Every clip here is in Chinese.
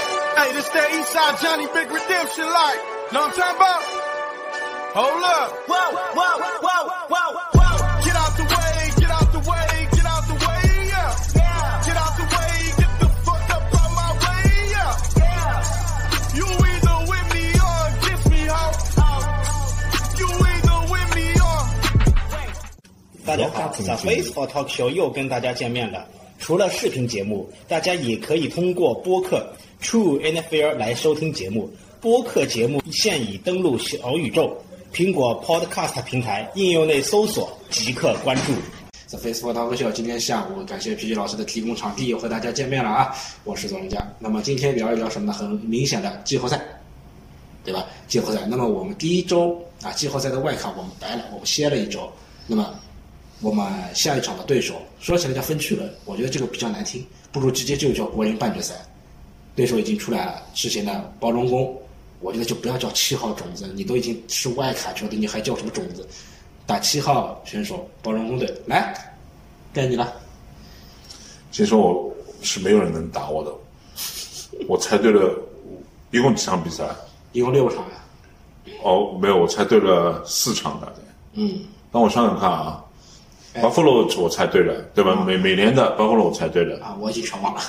It's that Eastside Johnny Big Redemption like. Know what I'm talking about? Hold up. Whoa, whoa, whoa, whoa, whoa. Get out the way, get out the way, get out the way, yeah. Yeah. Get out the way, get the fuck up out my way, yeah. Yeah. You either with me or against me, ho. You either with me or 大家好，The Face for Talk Show 又跟大家见面了。除了视频节目，大家也可以通过播客 True NFL 来收听节目。播客节目现已登录小宇宙、苹果 Podcast 平台应用内搜索即可关注。 The Facebook Talk Show 今天下午感谢 PG 老师的提供场地，又和大家见面了啊！我是左文佳。那么今天聊一聊什么呢？很明显的季后赛，对吧？季后赛。那么我们第一周啊，季后赛的外卡我们白了，我们歇了一周。那么我们下一场的对手，说起来叫分区轮，我觉得这个比较难听，不如直接就叫国联半决赛。对手已经出来了，之前的包装工，我觉得就不要叫七号种子，你都已经是外卡球队，你还叫什么种子？打七号选手包装工队来，该你了。先说我是没有人能打我的，我猜对了，一共几场比赛？一共六场呀、哦，没有，我猜对了四场大概。嗯，那我想想看啊，Buffalo 我猜对了，对吧？美美联的 Buffalo 我猜对了啊，我已经全忘了。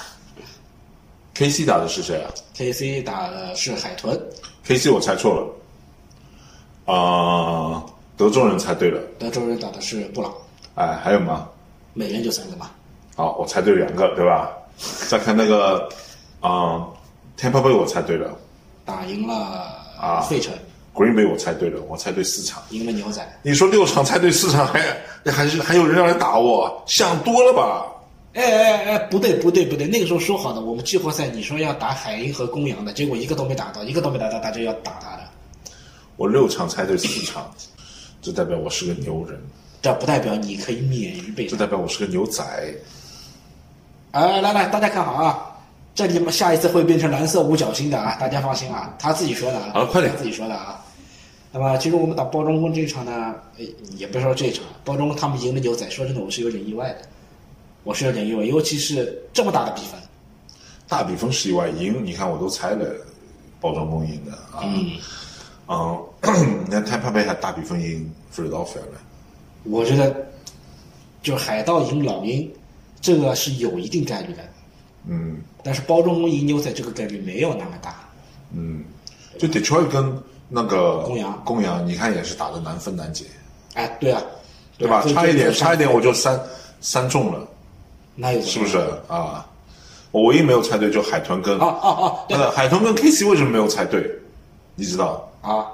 ，KC 打的是谁啊 KC 打的是海豚， ？KC 我猜错了，啊、德州人猜对了，德州人打的是布朗，哎，还有吗？每人就三个嘛。好，我猜对两个，对吧？再看那个，啊、t a m p a Bay 我猜对了打赢了费城， ，Green Bay 我猜对了，我猜对四场。赢了牛仔。你说六场猜对四场，还还是还有人要来打我，想多了吧？哎哎哎，不对不对不对，那个时候说好的，我们季后赛你说要打海鹰和公羊的，结果一个都没打到，一个都没打到，大家要打他的。我六场猜对四场，这代表我是个牛人，这不代表你可以免于被这打。代表我是个牛仔。哎，来来，大家看好啊，这你们下一次会变成蓝色五角星的啊，大家放心啊，他自己说的啊，好了快点他自己说的啊。那么，其实我们打包装工这一场呢，哎也不是说这一场，包装工他们赢了牛仔，说真的，我是有点意外的，我是有点意外，尤其是这么大的比分，大比分是意外赢，你看我都猜了，包装工赢的啊。嗯， 你看 Tampa Bay 还大比分赢 Philadelphia 了，我觉得就是海盗赢老鹰，这个是有一定概率的，嗯但是包装工赢牛仔这个概率没有那么大，嗯，就 Detroit 跟那个公羊公羊，你看也是打的难分难解，哎，对啊，对吧？所以差一这点，个差一点我就三三中了。那又怎么样是不是啊？我唯一没有猜对就海豚跟啊啊啊，对呃海豚跟 K C 为什么没有猜对？你知道，啊。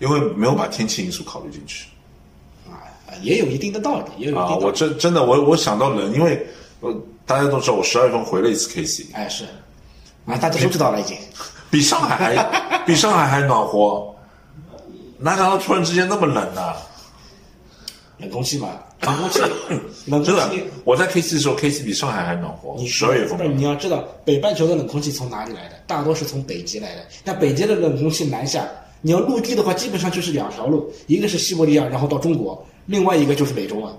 因为没有把天气因素考虑进去啊，也有一定的道理，也有一定啊！道我理。真真的我我想到人，因为呃大家都知道我十二月份回了一次 K C，哎，是，啊，大家都知道了已经。比上海还 比上海还暖和，哪想到突然之间那么冷啊呢、冷空气 嘛，冷空气，冷真空的气。，我在 K C 的时候，K C 比上海还暖和，你十二月份但你要知道，北半球的冷空气从哪里来的？大多是从北极来的。那北极的冷空气南下，你要陆地的话，基本上就是两条路，一个是西伯利亚，然后到中国，两个是西伯利亚然后到中国另外一个就是美洲啊。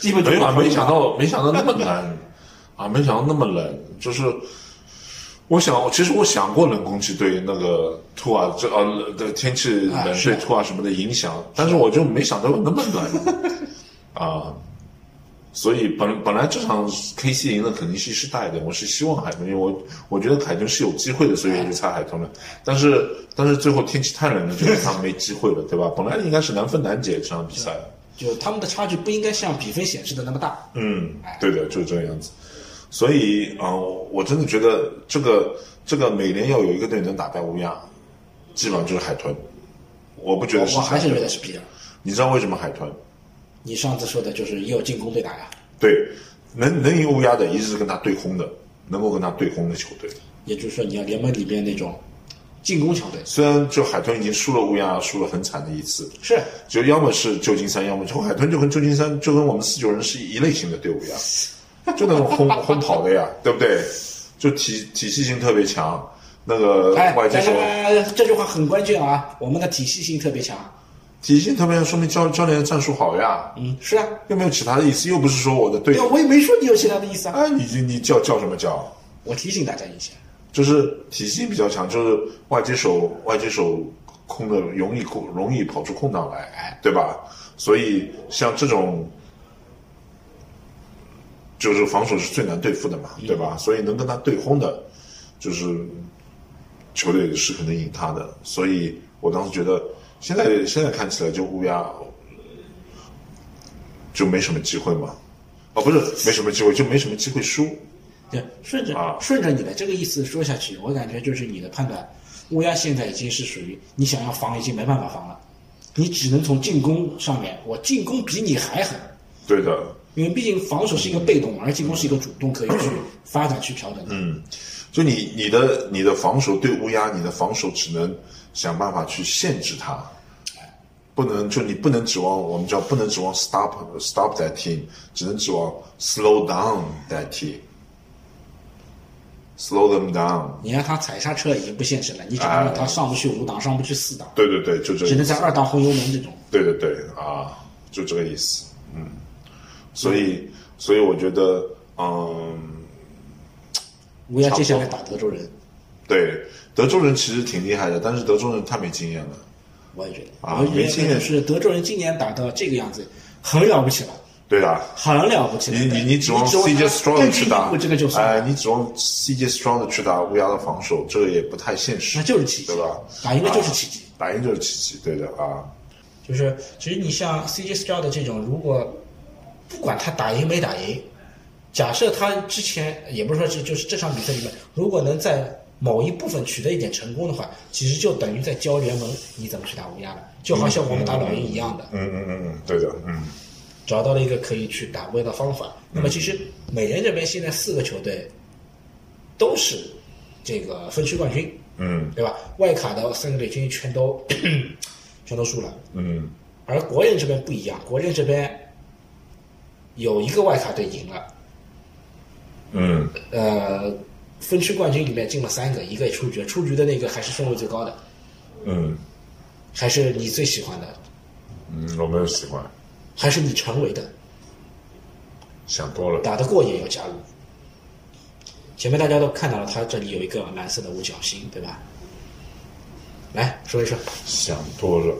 基本就没是有啊，两条路没想到，没想到那么冷 啊，没想到那么冷。就是我想，其实我想过冷空气对那个兔啊，这呃冷的天气啊冷是对兔啊什么的影响，但是我就没想到有那么 冷啊。所以本本来这场 K C 赢的肯定是是大一点，我是希望海豚，因为我我觉得海豚是有机会的，所以我就猜海豚了。但是但是最后天气太冷了，就让他们没机会了，对吧？本来应该是难分难解这场比赛。就他们的差距不应该像比分显示的那么大。嗯，对的，就是这个样子。所以，嗯、我真的觉得这个这个美联要有一个队能打败乌鸦，基本上就是海豚。我不觉我得是我还海是豚，觉得是比尔。你知道为什么海豚？你上次说的就是也有进攻对打呀，对，能能赢乌鸦的，一定是跟他对轰的，能够跟他对轰的球队。也就是说你要联盟里边那种进攻球队虽然就海豚已经输了乌鸦，输了很惨的一次，是就要么是旧金山，要么就海豚就跟旧金山就跟我们四九人是一类型的队伍呀，就那种轰轰跑的呀，对不对？就体体系性特别强，那个哎，外接手来来来，这句话很关键啊！我们的体系性特别强。体系性特别强，说明教教练的战术好呀，嗯，是啊，又没有其他的意思，又不是说我的队对啊，友，我也没说你有其他的意思啊。哎，你你叫叫什么叫？我提醒大家一下，就是体系比较强，就是外接手外接手控的容易空容易跑出空档来，哎对吧？所以像这种。就是防守是最难对付的嘛，对吧？所以能跟他对轰的，就是球队是可能赢他的。所以我当时觉得，现在现在看起来就乌鸦就没什么机会嘛，哦，不是没什么机会，就没什么机会输。对，顺着、啊顺着你的这个意思说下去，我感觉就是你的判断，乌鸦现在已经是属于你想要防已经没办法防了，你只能从进攻上面，我进攻比你还狠，对的，因为毕竟防守是一个被动，而进攻是一个主动，可以去发展去调整的。嗯，就你你的你的防守对乌鸦，你的防守只能想办法去限制它，不能就你不能指望我们叫不能指望 stop stop that team，只能指望 slow down that team，slow them down。你让他踩刹车已经不现实了，你只能哎让他上不去五档，上不去四档，对对对，就这个意思，只能在二档轰油门这种。对对对啊，就这个意思，嗯，所以所以我觉得，嗯。乌鸦接下来打德州人，对，德州人其实挺厉害的，但是德州人太没经验了。我也觉得，啊我也没觉经得验是德州人今年打到这个样子，很了不起了。对啊，很了不起了，你你你指望他 CJ 更 Strong 进去一打步，这个就算了哎，你指望 CJ Strong 去打乌鸦的防守，这个也不太现实。那就是奇迹对吧？打赢了就是奇迹啊打赢就是奇迹，对的啊。就是其实你像 CJ Stroud 这种，如果不管他打赢没打赢，假设他之前也不是说是就是这场比赛里面，如果能在某一部分取得一点成功的话，其实就等于在教联盟你怎么去打乌鸦了，就好像我们打老鹰一样的，嗯嗯嗯嗯，对的，嗯找到了一个可以去打乌鸦的方法。那么其实美联这边现在四个球队都是这个分区冠军，嗯对吧？外卡的三个队今天全都 全都输了，嗯而国人这边不一样，国人这边有一个外卡队赢了，嗯呃，分区冠军里面进了三个，一个也出局，出局的那个还是顺位最高的，嗯还是你最喜欢的，嗯，我没有喜欢，还是你成为的，想多了。打得过也有加入。前面大家都看到了，他这里有一个蓝色的五角星，对吧？来说一说，想多了。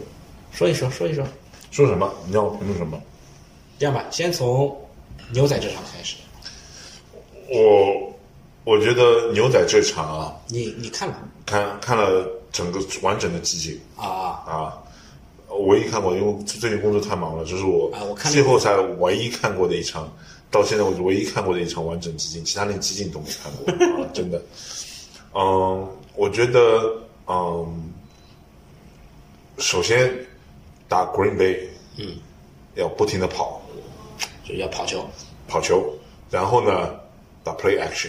说一说，说一说。说什么？你让我评论什么？这样吧，先从牛仔这场开始。我我觉得牛仔这场啊，你你看了看看了整个完整的集锦啊？啊，唯一看过，因为最近工作太忙了，这是我啊我看了季后赛唯一看过的一场，到现在为止唯一看过的一场完整集锦，其他连集锦都没看过，啊、真的。嗯，我觉得，嗯，首先打 Green Bay，嗯，要不停的跑就要跑球。跑球，然后呢打 Play Action，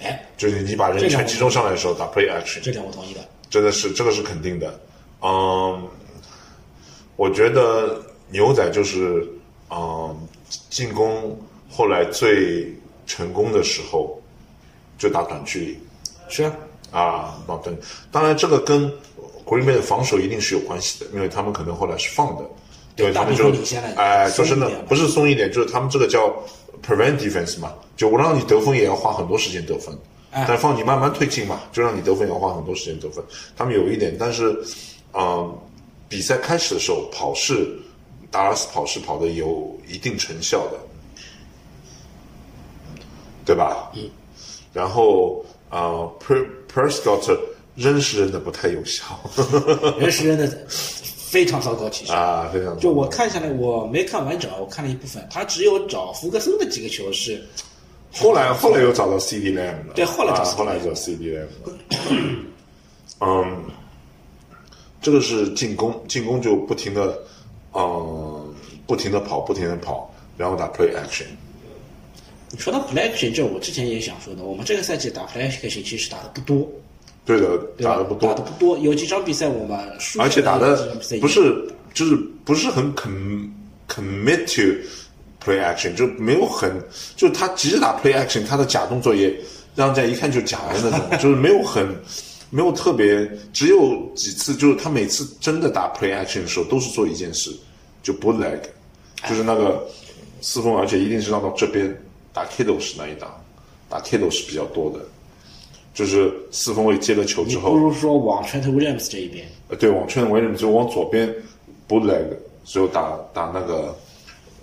哎，就是你把人全集中上来的时候打 Play Action，这点我同意的。真的是这个是肯定的。嗯，我觉得牛仔就是嗯进攻后来最成功的时候，就打短距离是啊，啊，打短。当然，这个跟 Green Bay 的防守一定是有关系的，因为他们可能后来是放的，因为他们大就比分领先了哎，松就一是点呢了，不是松一点，就是他们这个叫 prevent defense 嘛，就我让你得分也要花很多时间得分，哎但放你慢慢推进嘛，就让你得分也要花很多时间得分。他们有一点，但是，嗯、比赛开始的时候跑是达拉斯跑是跑的有一定成效的，对吧？嗯。然后啊、呃、，Per Prescott 扔是扔的不太有 效 人是真的非常糟糕，其实。啊，非常就我看下来，我没看完整，我看了一部分。他只有找福格森的几个球是，后来后来又找到 CD Lamb 了，对后来找啊 CD 后来找 CD Lamb 了。 嗯，这个是进攻，进攻就不停的，嗯，不停的跑，不停的跑，然后打 play action。你说到 play action，这我之前也想说的。我们这个赛季打 play action 其实打的不多，对的，对吧？打的不多打的，不多，有几场比赛我们输下来，而且打有几的场比赛赢不是就是不是很 com commit to play action，就没有很就他即使打 play action，他的假动作也让人家一看就假的那种， 就是没有很没有特别，只有几次就是他每次真的打 play action 的时候都是做一件事，就 bootleg，就是那个四分，而且一定是让到这边打 kiddo 是那一档，打 kiddo 是比较多的。就是四分卫接了球你之不后，如说往 Trent Williams 这一边，呃对，往圈围里面就往左边 bootleg，只有打打那个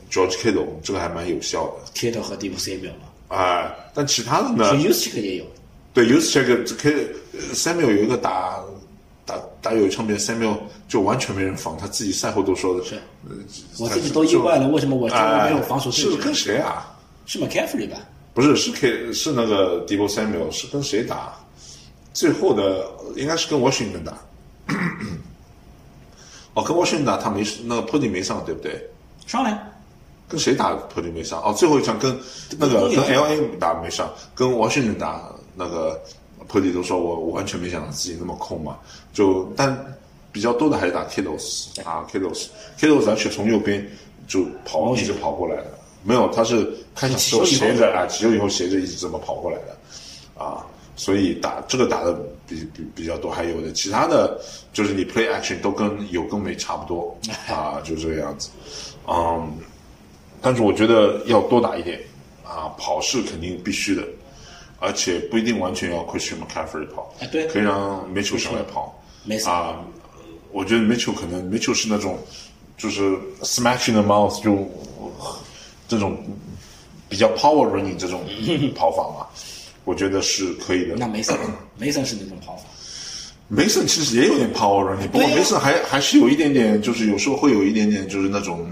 George Kittle，这个还蛮有效的。贴到和 d e e p s a m u e l 嘛，哎、但其他的呢？其实 u s i c 也有，对 u s e c h e c 可以呃，Samuel 有一个打打打有一场比赛，Samuel 就完全没人防，他自己赛后都说的是呃我他自己都意外了，为什么我就中国没有防守哎对是手？跟谁啊？是 McCaffrey 吧？不是，是 K 是那个 d e b o Samuel 是跟谁打？最后的呃应该是跟 Washington 打。 哦，跟 Washington 打，他没那个 p o d y 没上，对不对？上来，跟谁打 p o d y 没上？哦，最后一场跟那跟个跟东联 LA 打没上，跟 Washington 打那个 p o d y 都说我我完全没想到自己那么空嘛，就但比较多的还是打 Kittles 啊 Kittles，Kittles 而且从右边就跑一直跑过来的，没有，他是开始时候斜着啊，急救以后斜着一直这么跑过来的，啊，所以打这个打的比比比较多，还有的其他的就是你 play action 都跟有跟没差不多 啊，就这个样子，嗯，但是我觉得要多打一点啊，跑是肯定必须的，而且不一定完全要 Christian McCaffrey 跑，哎对可以让 Mitchell 上来跑，没事啊，我觉得 Mitchell 可能 Mitchell 是那种就是 smash in the mouth 就这种比较 power running 这种 跑法嘛，我觉得是可以的。那梅森，梅森是那种跑法，梅森其实也有点 power running，不过对呀梅森还、还是有一点点，就是有时候会有一点点就是那种。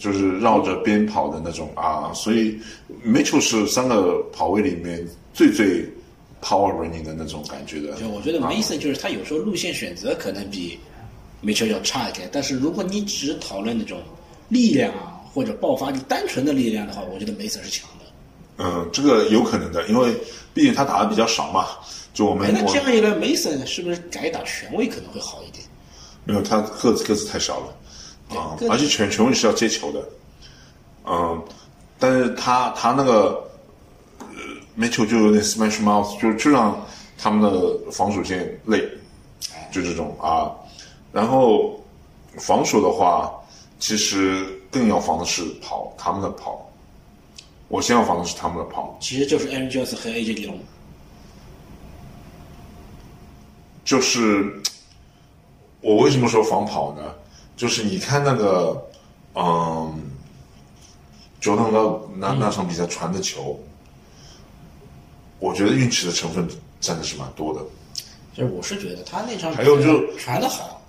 就是绕着边跑的那种啊，所以 Mitchell 是三个跑位里面最最 power running 的那种感觉的。就我觉得梅森就是他有时候路线选择可能比 Mitchell 要差一点，但是如果你只讨论那种力量啊或者爆发力单纯的力量的话，我觉得梅森是强的。嗯，这个有可能的，因为毕竟他打的比较少嘛。就我们哎，那我这样一来，梅森是不是改打全位可能会好一点？没有他个子个子太小了啊对个，子而且全全位是要接球的，嗯，但是他他那个呃没球就有点 smash mouth，就就让他们的防守线累，哎就这种啊。然后防守的话，其实更要防的是跑，他们的跑。我先要防的是他们的跑，其实就是 Aaron Jones 和 AJ 里龙，就是我为什么说防跑呢？就是你看那个，嗯，Jordan Love 那那场比赛传的球，我觉得运气的成分占的是蛮多的。就是我是觉得他那场还有就是比赛传的好，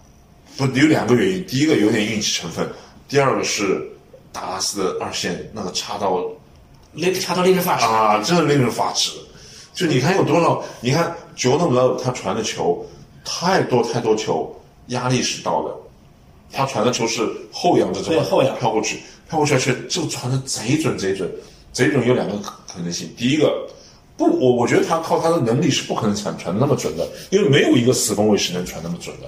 不，有两个原因，第一个有点运气成分，第二个是达拉斯的二线那个差到那个插到那个发梢，啊，真的令人发指。就你看有多少？你看 Jordan Love 他传的球太多太多球，压力是到的。他传的球是后仰着这么对后仰飘过去，飘过去，而且这个传的贼准贼准，贼准有两个可能性。第一个，不，我我觉得他靠他的能力是不可能传传得那么准的，因为没有一个四分卫是能传那么准的。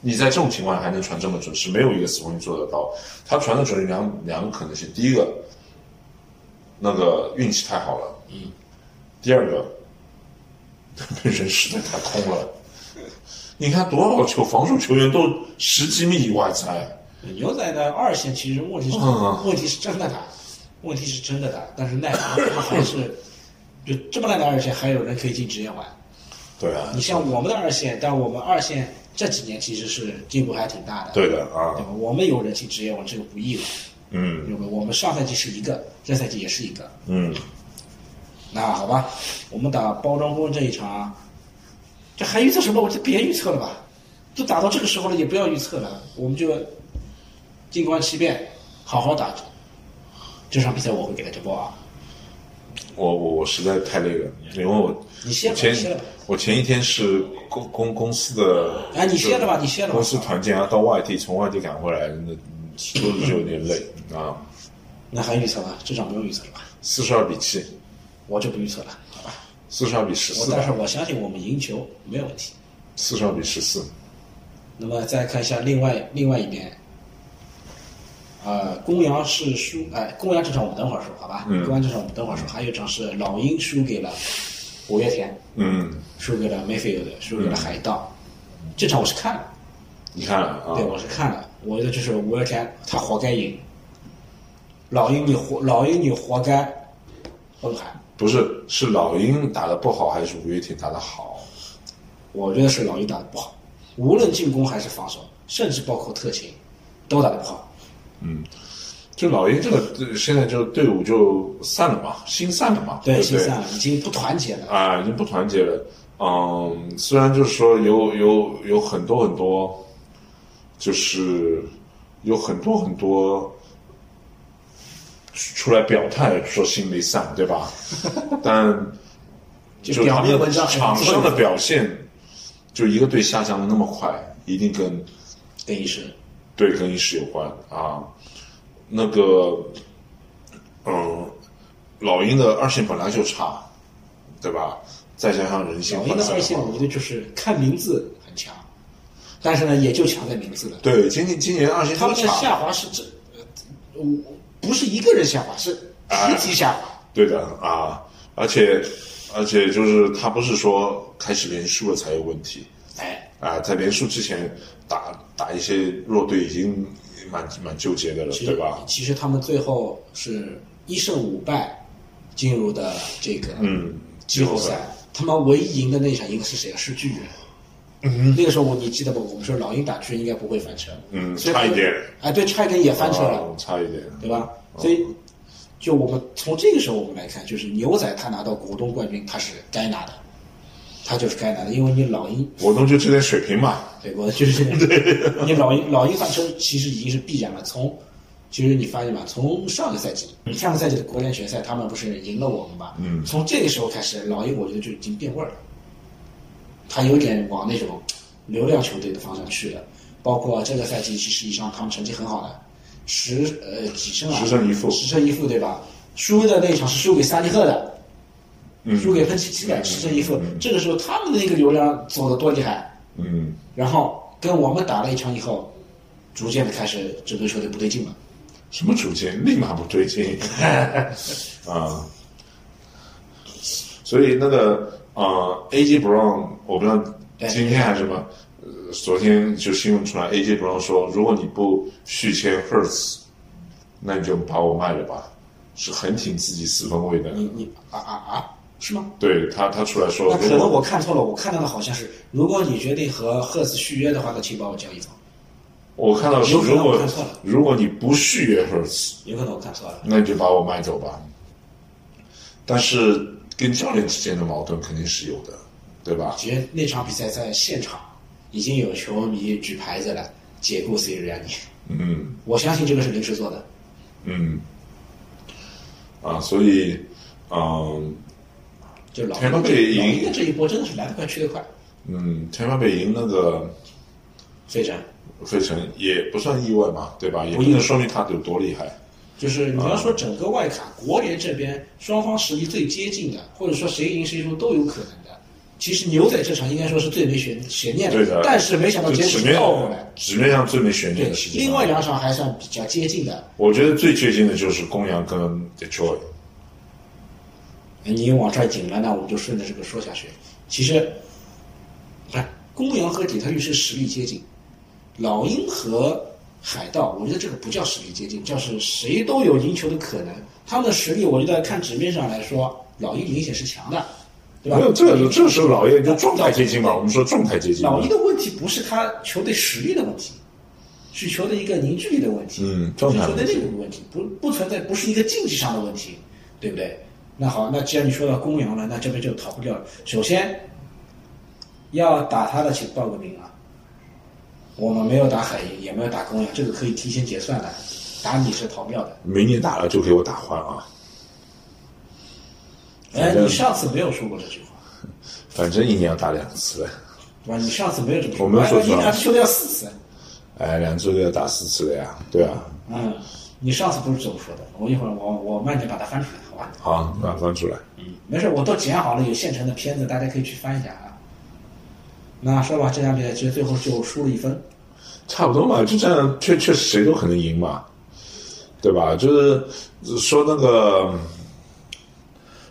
你在这种情况下还能传这么准，是没有一个四分卫做得到。他传的准有两两个可能性，第一个，那个运气太好了，嗯，第二个， 被人实在太空了。你看多少球防守球员都十几米以外才，牛仔的二线其实问题是、嗯问题是真的打，问题是真的打，但是奈何他们还是就这么烂的二线，还有人可以进职业玩。对啊你，像我们的二线，但我们二线这几年其实是进步还挺大的，对的啊对，吧？我们有人进职业玩，这个不意外，嗯对吧？我们上赛季是一个，这赛季也是一个。嗯，那好吧，我们打包装工这一场，这还预测什么？我就别预测了吧，都打到这个时候了，也不要预测了，我们就静观其变，好好打。这场比赛我会给大家报啊。我我我实在太累了，因为我你歇我吧你歇前吧我前一天是公公公司的，哎你歇着吧你歇着吧公司团建啊，到外地从外地赶回来，那说的就有点累啊，那还预测吗？这场不用预测了吧？四十二比七，我就不预测了，好吧？四十二比十我四，但是我相信我们赢球没有问题。四十二比十四，那么再看一下另外另外一边，呃，公羊是输，哎，公羊这场我们等会儿说，好吧？嗯公羊这场我们等会儿说，还有一场是老鹰输给了五月天，嗯，输给了 Mayfield，输给了海盗。这场我是看了，你看啊对，，我是看了，我觉得就是五月天他活该赢，老鹰你活老鹰你活该崩盘，不是是老鹰打得不好还是五月天打得好？我觉得是老鹰打得不好，无论进攻还是防守，甚至包括特勤，都打得不好。就老鹰这个呃现在这个队伍就散了嘛，心散了嘛，对不心对？散了，已经不团结了。啊，已经不团结了。嗯，虽然就是说有有有很多很多，就是有很多很多出来表态说心里散，对吧？ 但就就表他面们文章场上的表现，就一个队下降的那么快，一定跟邓医师，对跟意识有关啊。那个，嗯，老鹰的二线本来就差，对吧？再加上人性老鹰涣的散二线，化我觉得就是看名字很强，但是呢，也就强在名字了。对，今年今年二线他都们的差，下滑是这，呃我不是一个人下滑，是哎十级下滑。对的啊，而且而且就是他不是说开始连输了才有问题哎，啊，在连输之前打打一些弱队已经蛮蛮纠结的了，其对实吧？其实他们最后是一胜五败进入的这个嗯，季后季后赛赛。他们唯一赢的那一场赢的是谁啊？是巨人。嗯，那个时候我你记得不？我们说老鹰打巨人应该不会翻车。嗯所以他们差一点哎，对，差一点也翻车了。啊差一点，对吧？所以，就我们从这个时候我们来看，就是牛仔他拿到股东冠军，他是该拿的，他就是该拿的，因为你老鹰，我都就这点水平嘛，对我 就是你老鹰老鹰翻车其实已经是必然了。从其实你发现吧，从上个赛季上个赛季的国联决赛，他们不是赢了我们嘛？嗯从这个时候开始，老鹰我觉得就已经变味儿了，他有点往那种流量球队的方向去了。包括这个赛季，其实以上他们成绩很好的，十呃几胜啊，十胜一负十胜一负对吧？输的那一场是输给萨利赫的，嗯输给喷气七的，十胜一负。这个时候他们的那个流量走的多厉害，嗯然后跟我们打了一场以后，逐渐的开始整个球队不对劲了。，什么主见？立马不对劲 啊！所以那个呃，A.J. Brown，我不知道对今天还是什么，呃，昨天就新闻出来，A.J. Brown 说，如果你不续签 Hertz，那你就把我卖了吧，是很挺自己四分位的。你你啊啊啊，是吗？对他，他出来说，那可如能果我看错了，我看到的好像是，如果你决定和赫兹续约的话，那请把我交易走。我看到是，有可能如我果看错了如果你不续约 Hertz，有可能我看错了。那你就把我卖走吧。但是跟教练之间的矛盾肯定是有的，对吧？其实那场比赛在现场已经有球迷举牌子了，解雇 C 瑞安尼。嗯我相信这个是临时做的。嗯，啊，所以，嗯就老田鹰中的被老赢鹰的这一波真的是来得快去得快，嗯，天马北赢那个非常。费城也不算意外嘛，对吧？也不意外能说明他有多厉害。就是你要说整个外卡国联这边双方实力最接近的，或者说谁赢谁输都有可能的。其实牛仔这场应该说是最没悬悬念对的，但是没想到就结果纸是面倒过来。纸面上最没悬念对的事，情。啊另外两场还算比较接近的。我觉得最接近的就是公羊跟 Detroit。哎你往这儿引了，那我们就顺着这个说下去。其实，哎，公羊和底特律是实力接近，老鹰和海盗，我觉得这个不叫实力接近，叫是谁都有赢球的可能。他们的实力，我觉得看纸面上来说，老鹰明显是强的，对吧？没有，这个这时候老叶就状态接近嘛，我们说状态接近嘛。老鹰的问题不是他球队实力的问题，是球队一个凝聚力的问题，嗯是球状态队内问题部的问题，不不存在，不是一个竞技上的问题，对不对？那好，那既然你说到公羊了，那这边就逃不掉了。首先，要打他的请报个名啊，我们没有打海鹰，也没有打公羊，这个可以提前结算的，打你是逃不掉的。明年打了就给我打换啊。哎，反正你上次没有说过这句话，反正一年要打两次了，对吧？你上次没有这么说，我没有说哎你错啊俩球队要四次。哎，两周都要打四次了呀，对啊，嗯，你上次不是这么说的？我一会儿我我慢点把它翻出来，好吧？好，那翻出来，没事，我都剪好了，有现成的片子，大家可以去翻一下啊。那说吧，这场比赛其实最后就输了一分，差不多嘛，就这样，确确实谁都可能赢嘛，对吧？就是说那个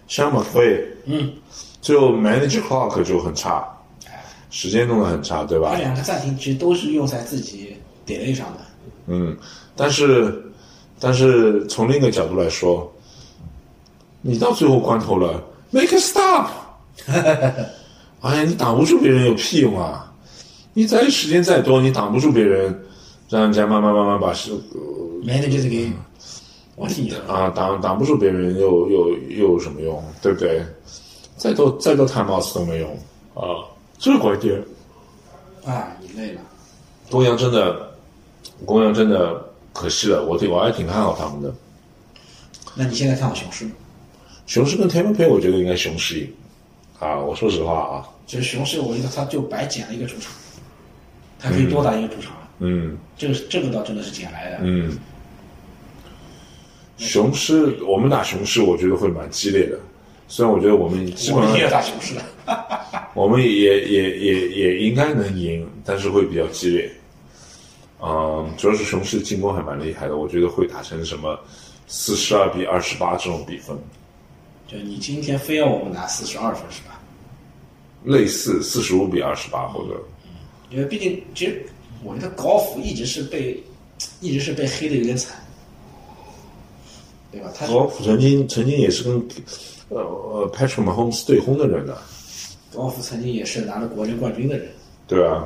山姆会，嗯，就 manage clock 就很差，时间弄得很差，对吧这？两个暂停其实都是用在自己点位上的。嗯，但是但是从另一个角度来说，你到最后关头了，make a stop。哎呀，你挡不住别人有屁用啊！你再时间再多，你挡不住别人，让人家慢慢慢慢把事，manage the game，我替你了。啊挡挡不住别人又又又有什么用？对不对？再多再多 time out 都没用啊！这观点，啊，你累了，公羊真的，公羊真的可惜了，我挺我还挺看好他们的。那你现在看好雄狮吗？雄狮跟 Tampa Bay，我觉得应该雄狮赢啊！我说实话啊，其实雄狮，我觉得他就白捡了一个主场，他可以多打一个主场，啊嗯这个这个倒真的是捡来的。嗯，雄狮我们打雄狮，我觉得会蛮激烈的。虽然我觉得我们基我本们也上打雄狮了，我们也也也也应该能赢，但是会比较激烈。嗯，主要是雄狮进攻还蛮厉害的，我觉得会打成什么四十二比二十八这种比分，就你今天非要我们拿四十二分是吧？类似四十五比二十八或者因为毕竟，其实我觉得高尔夫一直是被一直是被黑的有点惨，对吧？他和曾经曾经也是跟呃呃 Patrick Mahomes 对轰的人啊呢、高尔夫曾经也是拿了国联冠军的人，对啊，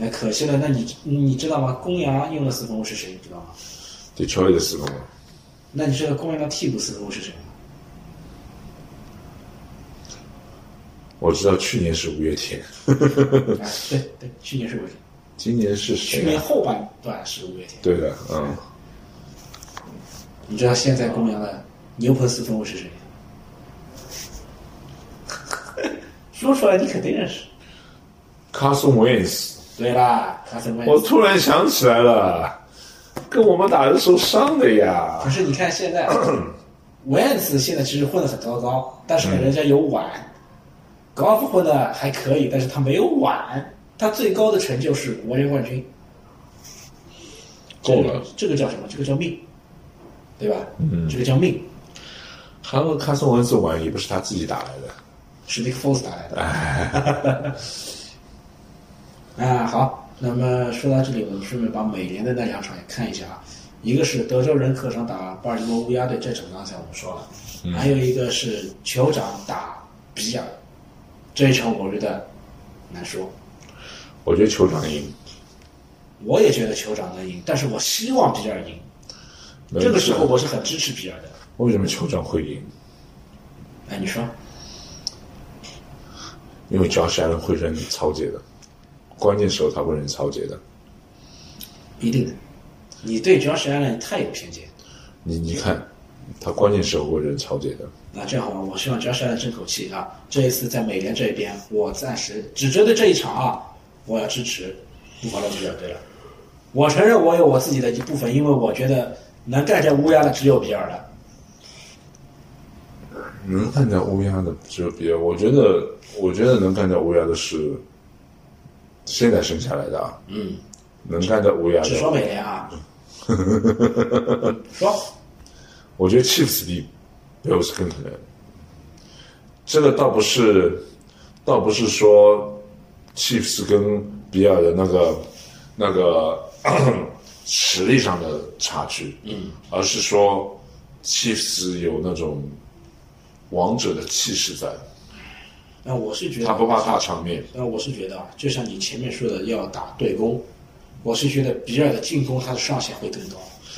哎，可惜了。那你你知道吗？公羊用的四分卫是谁？你知道吗？ d e t r o i 的四分卫那你知道公羊的替补四分卫是谁吗？我知道去年是五月天，哎，对对，去年是五月天，今年是谁、去啊？年后半段是五月天。对的，嗯，你知道现在公羊的牛棚四分卫是谁？ 说出来你肯定认识。 Carson Wentz，对啦，卡森威我突然想起来了，跟我们打的时候伤的呀可。是你看现在，维恩斯现在其实混得很糟糕，但是呢，嗯人家有碗。高尔夫混的还可以，但是他没有碗，他最高的成就是国联冠军。这够了个，这个叫什么？这个叫命，对吧？嗯，这个叫命，韩国 Carson Wentz 玩也不是他自己打来的，是 Nick Foles 打来的。 啊，好，那么说到这里，我们顺便把美联的那两场也看一下啊。一个是德州人客场打巴尔的摩乌鸦队，这场刚才我们说了，还有一个是酋长打比尔，这一场我觉得难说。我觉得酋长赢。我也觉得酋长能赢，但是我希望比尔赢。嗯这个时候我是很支持比尔的。为什么酋长会赢？哎，你说，因为 Josh Allen 会扔超解的，关键时候他会扔超解的。一定的，你对 Josh Allen 太有偏见。你你看，他关键时候会扔超解的。那这样好吧，我希望 Josh Allen 争口气啊！这一次在美联这一边，我暂时只针对这一场啊，我要支持布法罗比尔队了。我承认我有我自己的一部分，因为我觉得能干掉乌鸦的只有比尔了。能干掉乌鸦的只有比尔，我觉得，我觉得能干掉乌鸦的是现在生下来的啊。嗯，能干掉乌鸦只说的，美联 啊，说我觉得 Chiefs 比 Bills 更可能。这个倒不是，倒不是说 Chiefs 跟比尔的那个那个 咳咳实力上的差距，嗯，而是说 Chiefs 有那种王者的气势在，那我是觉得他不怕大场面。那我是觉得啊，就像你前面说的，要打对攻，我是觉得比尔的进攻他的上限会更高，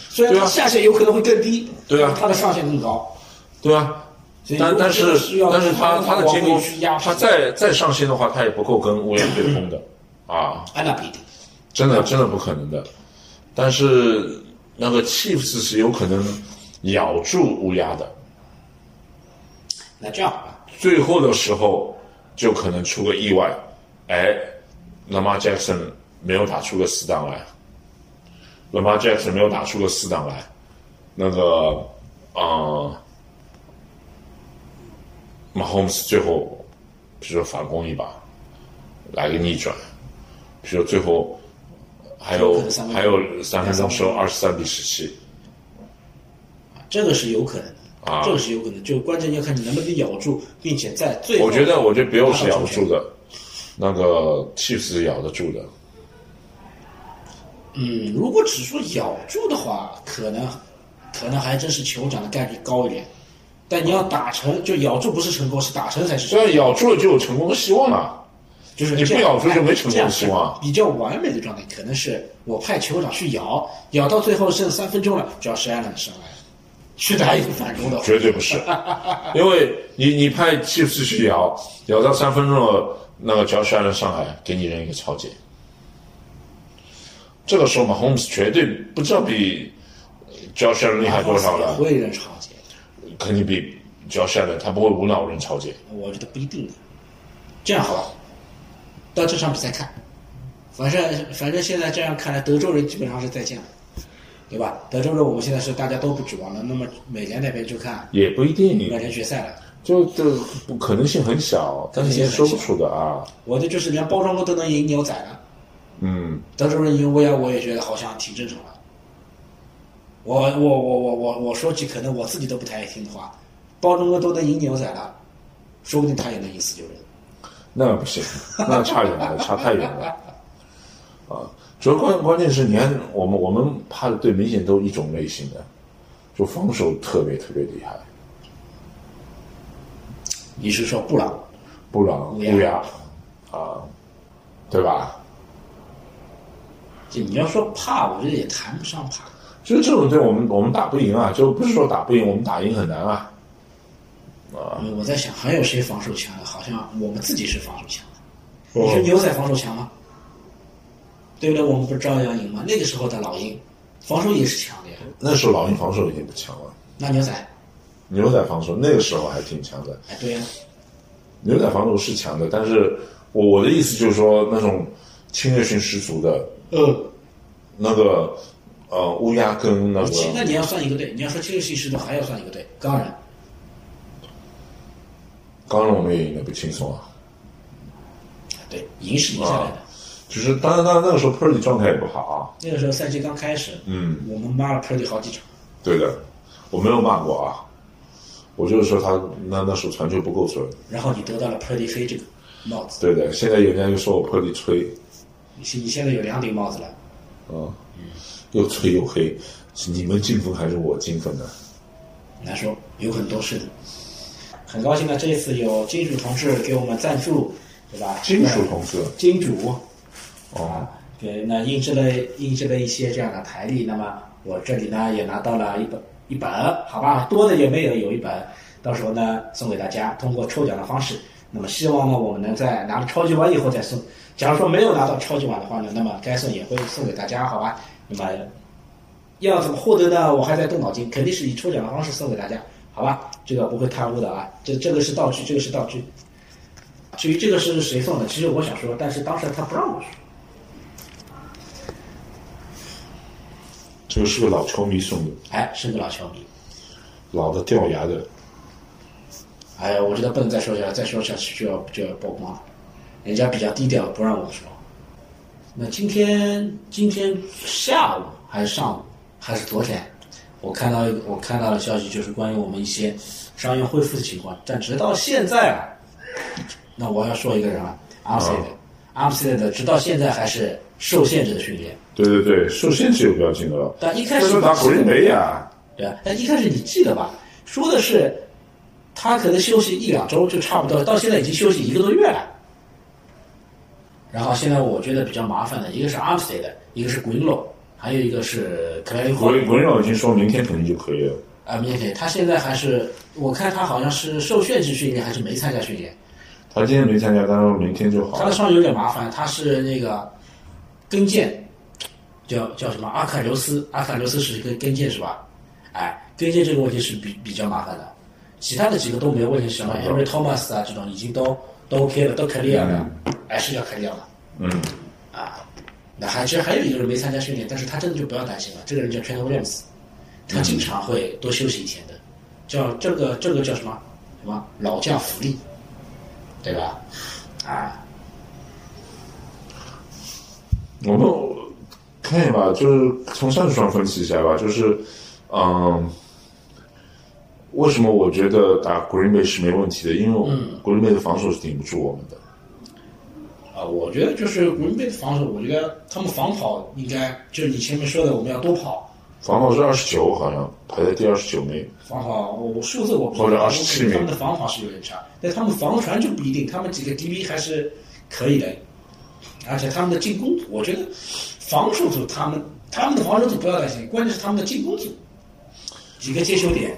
虽然对啊他下限有可能会更低，对啊但是他的上限更高。对啊，所以但如果但真的是要但是他往他的往进回攻去压，他再再上线的话，他也不够跟乌鸦对碰 的啊，安娜比定。真的真的不可能的。但是那个 Chiefs 是有可能咬住乌鸦的，那这样吧，最后的时候就可能出个意外，哎，Lamar Jackson 没有打出个死档来，Lamar Jackson 没有打出个死档来，那个，呃，Mahomes 最后，比如说反攻一把，来个逆转，比如说最后还有可有能三分钟还有三分钟时候二十三比十七，这个是有可能的，啊这个是有可能，就关键要看你能不能咬住，并且在最后我觉得我觉得 Bill 是咬不住的，那个 Chiefs 是咬得住的。嗯，如果只说咬住的话，可能可能还真是酋长的概率高一点。但你要打成就咬住不是成功，是打成才是只成要功，咬住了就有成功的希望了。就是你不这样咬住就没成这样功希望。比较完美的状态可能是我派酋长去咬，咬到最后剩三分钟了，只要是艾伦上来，去打一个反攻的话，绝对不是，因为你你派 Chiefs 去咬，咬到三分钟了，那个 Josh Allen 上海给你人一个超解。这个时候嘛，Holmes 绝对不知道比 Josh Allen 厉害多少也了，会人超级，肯定比 Josh Allen 他不会无脑人超解。我觉得不一定的。这样好吧，到这场比赛看，反正反正现在这样看来，德州人基本上是再见了，对吧？德州人我们现在是大家都不指望了，那么美联那边就看也不一美联定，决赛了。就这不可能性很小，但是也说不出的啊。我的就是连包装工都能赢牛仔了。嗯，德州人赢乌鸦，我也觉得好像挺正常的。我我我我我我说句可能我自己都不太爱听的话，包装哥都能赢牛仔了，说不定他也能赢四九人。那不行，那差远了，差太远了。啊，主要关关键是，你看我们我们怕的队明显都一种类型的，就防守特别特别厉害，你是说布朗？布朗、乌乌鸦鸦，啊，对吧？就你要说怕，我觉得也谈不上怕。就是这种队，我们我们打不赢啊，就不是说打不赢，我们打赢很难啊。嗯我在想还有谁防守强的？好像我们自己是防守强的。哦你说牛仔防守强吗？对不对？我们不是照样赢吗？那个时候的老鹰，防守也是强的呀。那时候老鹰防守已经不强了，那牛仔，牛仔防守那个时候还挺强的，哎，对呀、牛仔防守是强的，但是我我的意思就是说，那种侵略性十足的，呃，那个呃乌鸦跟那其那个你要算一个队，你要说切尔西是队还要算一个队，当然。刚龙我们也赢得不轻松啊。哎对，赢是赢下来的。就是当然当然那个时候 Purdy 状态也不好啊，那个时候赛季刚开始，嗯，我们骂了 Purdy 好几场，对的，我没有骂过啊，我就是说他那那时候传球不够准，然后你得到了 Purdy 黑这个帽子，对的。现在人家又说我 Purdy 吹，你现你现在有两顶帽子了，又吹又黑，是你们进分还是我进分呢？难说，有很多事的。很高兴呢，啊这一次有金主同志给我们赞助，对吧？金属同志，金主哦，对，那印制了印制了一些这样的台历，那么我这里呢也拿到了一本一本，好吧，多的也没有，有一本，到时候呢送给大家，通过抽奖的方式。那么希望呢我们能在拿了超级碗以后再送，假如说没有拿到超级碗的话呢，那么该送也会送给大家，好吧？那么要怎么获得呢？我还在动脑筋，肯定是以抽奖的方式送给大家，好吧？这个不会贪污的啊，这这个是道具，这个是道具。至于这个是谁送的，其实我想说，但是当时他不让我说。这个是个老球迷送的，哎，是个老球迷。老的掉牙的，哎呀，我觉得不能再说下去，再说下去就要就要曝光了。人家比较低调，不让我说。那今天今天下午还是上午还是昨天，我看到我看到的消息就是关于我们一些伤员恢复的情况，但直到现在啊，那我要说一个人啊 a r m s t e d a r m s t e d 直到现在还是受限制的训练。对对对，受限制有不要紧的了，但一开那始时候打古林梅呀，对吧？但一开始你记得吧，说的是他可能休息一两周就差不多，到现在已经休息一个多月了。然后现在我觉得比较麻烦的，一个是 Armstead，一个是 Greenlaw，还有一个是克莱因霍古。林古林老已经说明天肯定就可以了，啊，明天他现在还是，我看他好像是受限制训练，还是没参加训练。他今天没参加，但是明天就好他的了。伤有点麻烦，他是那个跟腱，叫叫什么阿喀琉斯，阿喀琉斯是一个跟腱是吧？哎，跟腱这个问题是比比较麻烦的，其他的几个都没问题，什么 Henry Thomas 啊这种已经都都 OK 了，都 clear 了，哎是要 clear 了嗯，啊。那还其实还有一个人没参加训练，但是他真的就不要担心了，这个人叫 Trent Williams，他经常会多休息一天的，叫这个这个叫什么什么老将福利，对吧？啊。我们看一吧，就是从战术上分析一下吧，就是，嗯，为什么我觉得打 Green Bay 是没问题的？因为嗯 Green Bay 的防守是顶不住我们的。啊，我觉得就是国民队的防守，我觉得他们防跑应该就是你前面说的，我们要多跑，防守是二十九，好像排在第二十九名。防防，我数字我不或知者道， 27但是名他们的防防是有点差，但是他们防传就不一定，他们几个 DB 还是可以的，而且他们的进攻，我觉得防守组他们他们的防守组不要担心，关键是他们的进攻组几个接球点，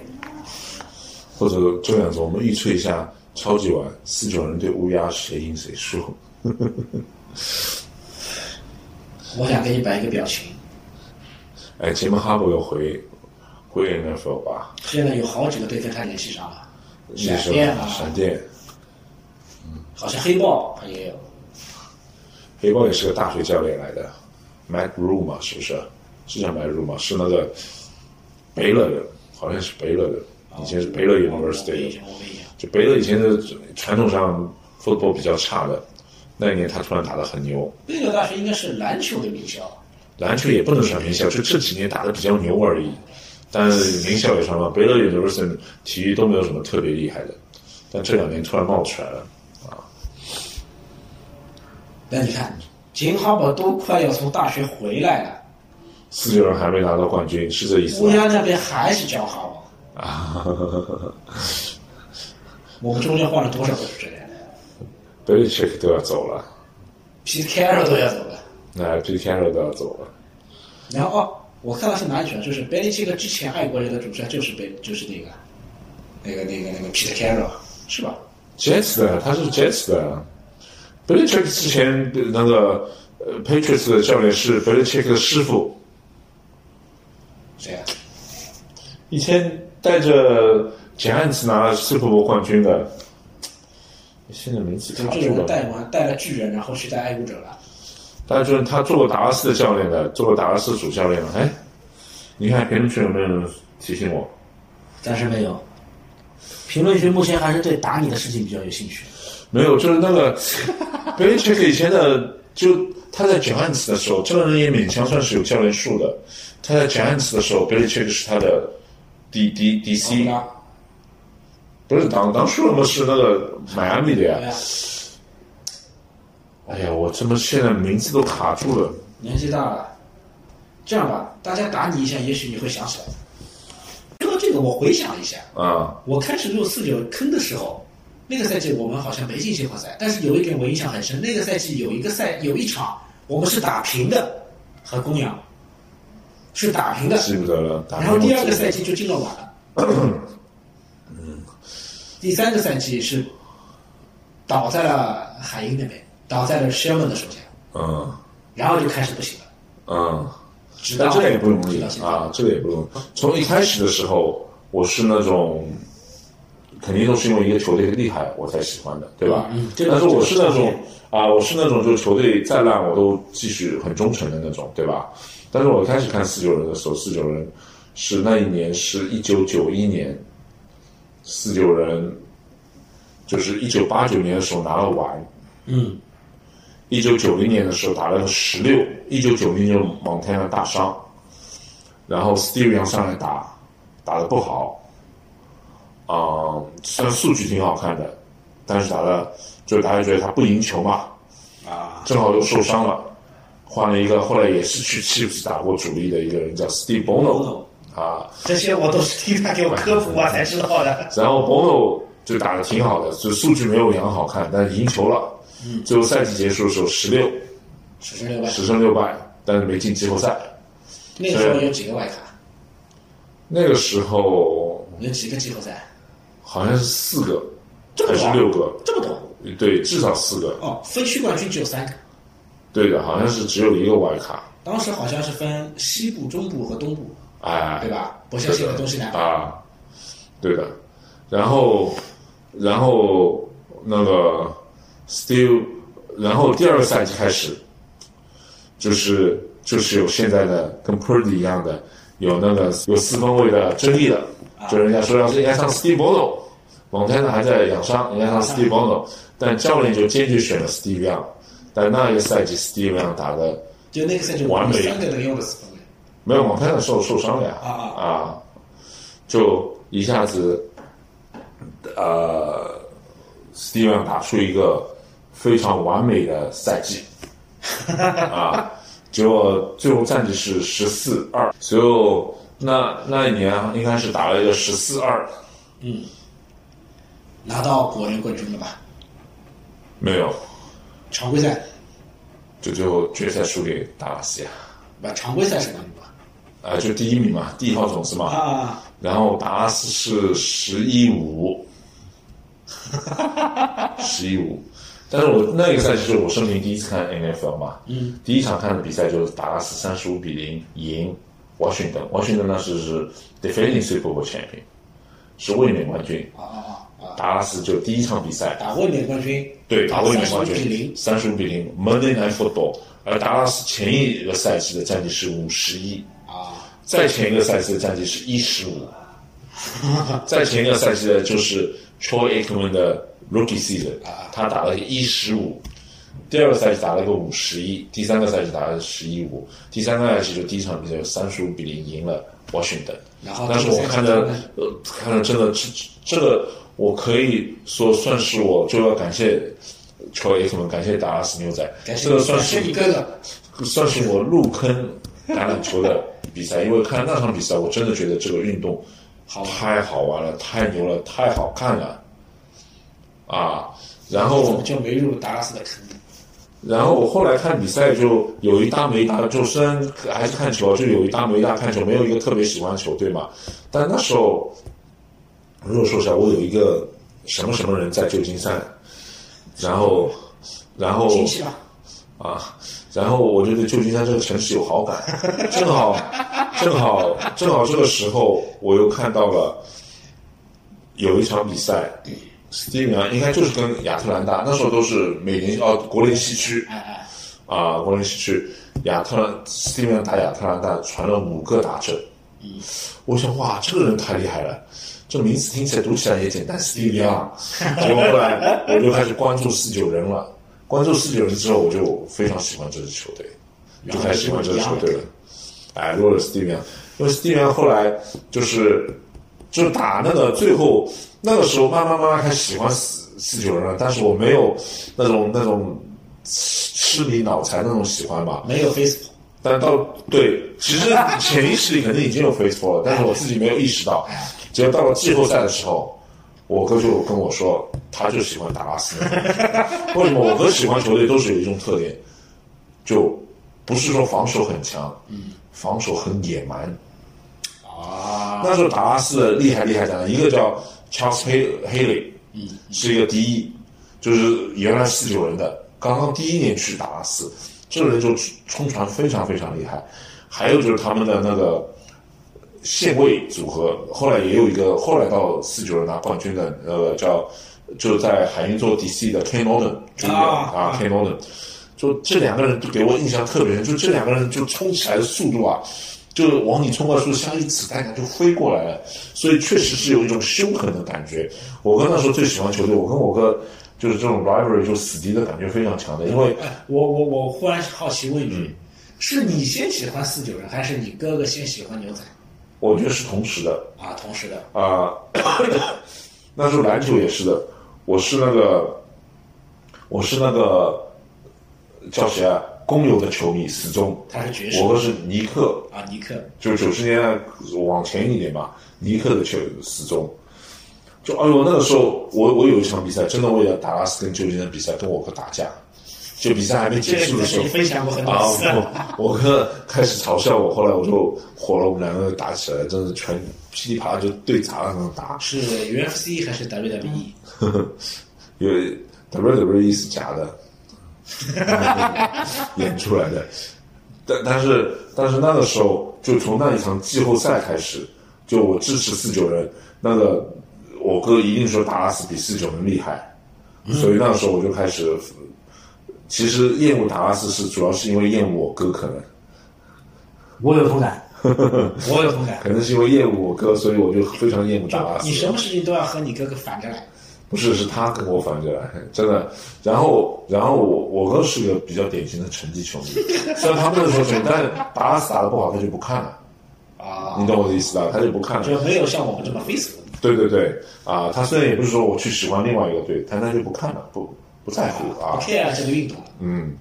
或者这样子，我们预测一下超级碗四九人对乌鸦谁赢谁输。我想给你摆一个表情，哎，前面哈勃要回回 NFL 吧？现在有好几个队跟他联系上了，是闪电啊，闪电，好像黑豹他也有，黑豹也是个大学教练来的，Matt Rule 嘛，是不是？是叫 Matt Rule 嘛？是那个北勒的，好像是北勒的，以前是北哦勒我没 University 印的象。我没印象就北勒以前的传统上 football 比较差的，那一年他突然打得很牛，贝勒大学应该是篮球的名校，篮球也不能算名校，就这几年打得比较牛而已。但名校也算嘛，北勒 University 体育都没有什么特别厉害的，但这两年突然冒出来了。但你看，秦哈宝都快要从大学回来了。四九人还没拿到冠军，是这意思乌吧？鸦那边还是叫哈王，啊，我们中间换了多少个主持人 贝利切克都要走了， ？Pete Carroll 都要走了。那 P. T. Carroll 都要走了。然后哦，我看到是哪里选，就是 b e l l y c h i k 之前爱国人的主持人就是贝，就是那个，那个那个那个 Pete Carroll 是吧？ Jets 的，他是 Jets 的。贝利切克之前呃那个呃 Patriots 的教练是贝利切克的师傅，谁啊？以前带着简汉斯拿了 Super Bowl 冠军的，现在名字就卡这住种人了。带完带了巨人，然后去带爱国者了。但是他做过达拉斯的教练的，做过达拉斯主教练的。哎，你看评论区有没有人提醒我？暂时没有。评论区目前还是对打你的事情比较有兴趣。没有，就是 那个 b e l i c h i k 以前的，就他在 Giants 的时候，这个人也勉强算是有教练数的。他在 Giants 的时候 b e l i c h i k 是他的 D D D C，不是当当初那么是那个迈阿密的对呀。啊，哎呀，我怎么现在名字都卡住了？年纪大了，这样吧，大家打你一下，也许你会想起来的。说到这个，我回想一下，啊，我开始入四九坑的时候，那个赛季我们好像没进季后赛，但是有一点我印象很深，那个赛季有一个赛有一场我们是打平的，和公羊是打平的，记不得了。打然后电第话二个记不赛得季就进了碗了。嗯第三个赛季是倒在了海鹰那边，倒在了 Sherman 的手下，嗯然后就开始不行了，嗯，直到但这个也不容易直到现在啊，这个也不容易。从一开始的时候，我是那种，肯定都是因为一个球队厉害我才喜欢的，对吧？嗯嗯这个但是我是那这个种啊、我是那种就是球队再烂我都继续很忠诚的那种，对吧？但是我开始看四九人的时候，四九人是那一年是一九九一年，四九人就是一九八九年的时候拿了碗，嗯，一九九零年的时候打了十六，一九九零年蒙泰纳大伤，然后 Steve Young 上来打，打得不好，嗯，虽然数据挺好看的，但是打的就大家觉得他不赢球嘛，啊，正好又受伤了，换了一个后来也是去 Chiefs 打过主力的一个人叫 Steve Bono 啊，这些我都是听他给我科普啊我 才知道的。然后 Bono 就打得挺好的，就数据没有杨好看，但是赢球了，嗯最后赛季结束的时候十六十胜六败，十胜六败，但是没进季后赛。那个时候有几个外卡？那个时候有几个季后赛？好像是四个这么多还是啊六个，这么多？对，至少四个。哦，分区冠军只有三个。对的，好像是只有一个外卡，当时好像是分西部、中部和东部，哎，对吧？不像对现在的东西南北。啊，对的。然后，然后那个 Steve，然后第二个赛季开始，就是就是有现在的跟 Purdy 一样的，有那个有四分卫的争议了，就人家说要是应该上 Steve Bono，蒙泰纳还在养伤，应该上 Steve Bono，但教练就坚决选了 Steve Young，但那个赛季 Steve Young 打的就那个赛季，完美三个能用的四分卫。没有，蒙泰纳受受伤了呀，啊啊啊，就一下子，呃，斯蒂 文打出一个非常完美的赛季，啊，结果最后战绩是十四二，随后那那一年应该是打了一个十四二，拿到国联冠军了吧？没有，常规赛就最后决赛输给达拉斯呀，把常规赛是哪里吧？啊、就第一名嘛，第一号种子嘛，啊，然后达拉斯是十一五， 十一五。但是我那个赛季是我生平第一次看 NFL 嘛，嗯，第一场看的比赛就是达拉斯三十五比零赢华盛顿，华盛顿那时是 defending Super Bowl champion，是卫冕冠军，啊啊啊！达拉斯就第一场比赛打啊卫冕冠军，对打打卫冕冠比军零，三十五比零 Monday Night Football，而达拉斯前一个赛季的战绩是五十一，啊，再前一个赛季的战绩是一十五，再前一个赛季的就是 Troy Aikman 的 Rookie Season，他啊打了一十五，第二个赛季打了个五十一，第三个赛季打了十一五，第三个赛季就第一场比赛有三十五比零赢了 Washington，然后但是我看这着个赛季呃看着真的这这个我可以说算是我就要感谢 Troy Aikman，感谢达拉斯牛仔，感谢这个算感是谢你哥哥，算是我入坑橄榄球的比赛，因为看那场比赛，我真的觉得这个运动好太好玩了，太牛了，太好看了啊！然怎么后，就没入达拉斯的坑？然后我后来看比赛就有一搭没一搭，就虽然还是看球啊，就有一搭没一搭看球，没有一个特别喜欢的球队嘛。但那时候，如果说起来，我有一个什么什么人在旧金山，然后，然后亲戚吧，啊，然后我就对旧金山这个城市有好感，正好，正好，正好这个时候我又看到了有一场比赛，斯蒂文应该就是跟亚特兰大，那时候都是美联哦国联西区哎哎，啊，国联西区亚特兰斯蒂文打亚特兰大传了五个打者，嗯我想哇这个人太厉害了。这名字听起来读起来也简单，斯蒂文啊。结果后来我就开始关注四九人了，关注四九人之后，我就非常喜欢这支球队。就开始喜欢这个球队了。哎，落了 Steven，因为 Steven 后来就是就打那个最后那个时候，慢慢慢慢开始喜欢四四九人了，但是我没有那种那种痴痴迷脑残那种喜欢吧。没有 Facebook，但到对，其实潜意识里肯定已经有 Facebook 了，但是我自己没有意识到。结果到了季后赛的时候，我哥就跟我说，他就喜欢达拉斯。为什么我哥喜欢球队都是有一种特点，就不是说防守很强，防守很野蛮。啊，那时候达拉斯的厉害厉害在哪？一个叫 Charles Hay- Haley，是一个第一，就是原来四九人的，刚刚第一年去达拉斯，这个人就冲传非常非常厉害。还有就是他们的那个线位组合，后来也有一个后来到四九人拿冠军的，呃，叫就在海鹰座 DC 的 Ken Norton，就是啊啊 Ken Norton，就这两个人就给我印象特别深，就这两个人就冲起来的速度啊，就往你冲过来的时候，像一子弹一样就飞过来了，所以确实是有一种凶狠的感觉。我哥那时候最喜欢球队，我跟我哥就是这种 rivalry 就死敌的感觉非常强的，因为哎，我我我忽然好奇问一嗯句，是你先喜欢四九人，还是你哥哥先喜欢牛仔？我觉得是同时的啊，同时的，啊、 那时候篮球也是的，我是那个我是那个叫谁啊？公牛的球迷死忠，他是爵士我哥是尼克，啊，尼克，就九十年代往前一点吧，尼克的球始终。就哎呦，那个时候我我有一场比赛，真的为了达拉斯跟旧金山比赛跟我哥打架，就比赛还没结这个束你的在时这候里，分享过很啊多次，，我我哥开始嘲笑我，后来我就火了，我们两个打起来，真的全噼里啪啦就对砸了那种打，是 UFC 还是 E？WWE？因为 WWE 是假的，演出来的。但但是但是那个时候，就从那一场季后赛开始，就我支持四九人，那个我哥一定说达拉斯比四九人厉害，所以那个时候我就开始，其实厌恶达拉斯是主要是因为厌恶我哥，可能我有同 感，我有同感。可能是因为厌恶我哥，所以我就非常厌恶达拉斯。你什么事情都要和你哥哥反着来，不是，是他跟我反着来，真的。然后，然后我我哥是个比较典型的成绩球迷，虽然他们那时候球，但是打拉斯打的不好，他就不看了，啊，你懂我的意思吧？他就不看了。就没有像我们这么嗯 Facebook。对对对，啊、他虽然也不是说我去喜欢另外一个队，但他就不看了，不不在乎啊。不 care 这个运动了。嗯，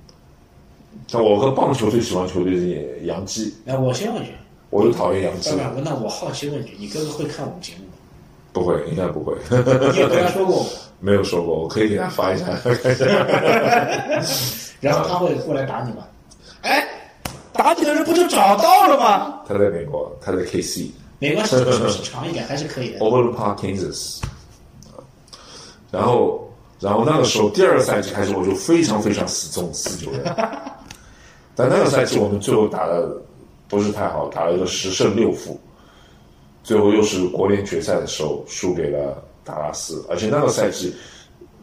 像我和棒球最喜欢球队是杨基，那我先问一句，我就讨厌杨基班，长，那我好奇问一句，你哥哥会看我们节目吗？不会，应该不会， 你有跟他说过吗？没有说过，我可以给他发一下， 然后他会过来打你吗？哎，打你的人不就找到了吗？他在美国，他在 KC，没 关系，是不是长一点还是可以的？ o v e r p a r k i n s s 然后，然后那个时候第二个赛季开始，我就非常非常死忠四九人。 但那个赛季我们最后打的不是太好，打了一个十胜六负，最后又是国联决赛的时候输给了达拉斯，而且那个赛季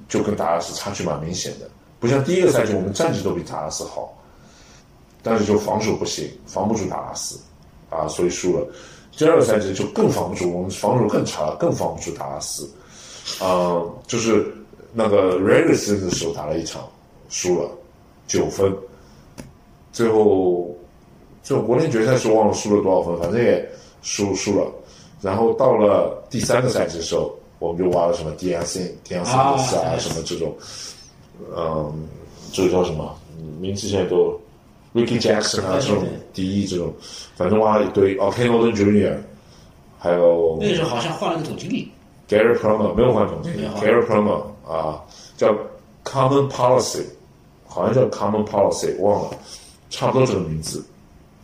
就跟达拉斯差距蛮明显的，不像第一个赛季我们战绩都比达拉斯好，但是就防守不行，防不住达拉斯。啊，所以输了。第二个赛季就更防不住，我们防守更差了，更防不住达拉斯。啊、就是那个 regular season 的时候打了一场，输了九分，最后最后国联决赛是忘了输了多少分，反正也输输了。然后到了第三个赛季的时候，我们就挖了什么 d n c d n c 啊的赛啊，什么这种，嗯，这个叫什么嗯名字现在都 Ricky Jackson 啊这种第一这种，反正挖了一堆哦 k e n o l d n Jr. 还有那个时候好像换了个总经理， Gary Plummer 没有换总经理没有，Gary Plummer 啊，叫 Common Policy，好像叫 Common Policy，忘了，差不多这个名字。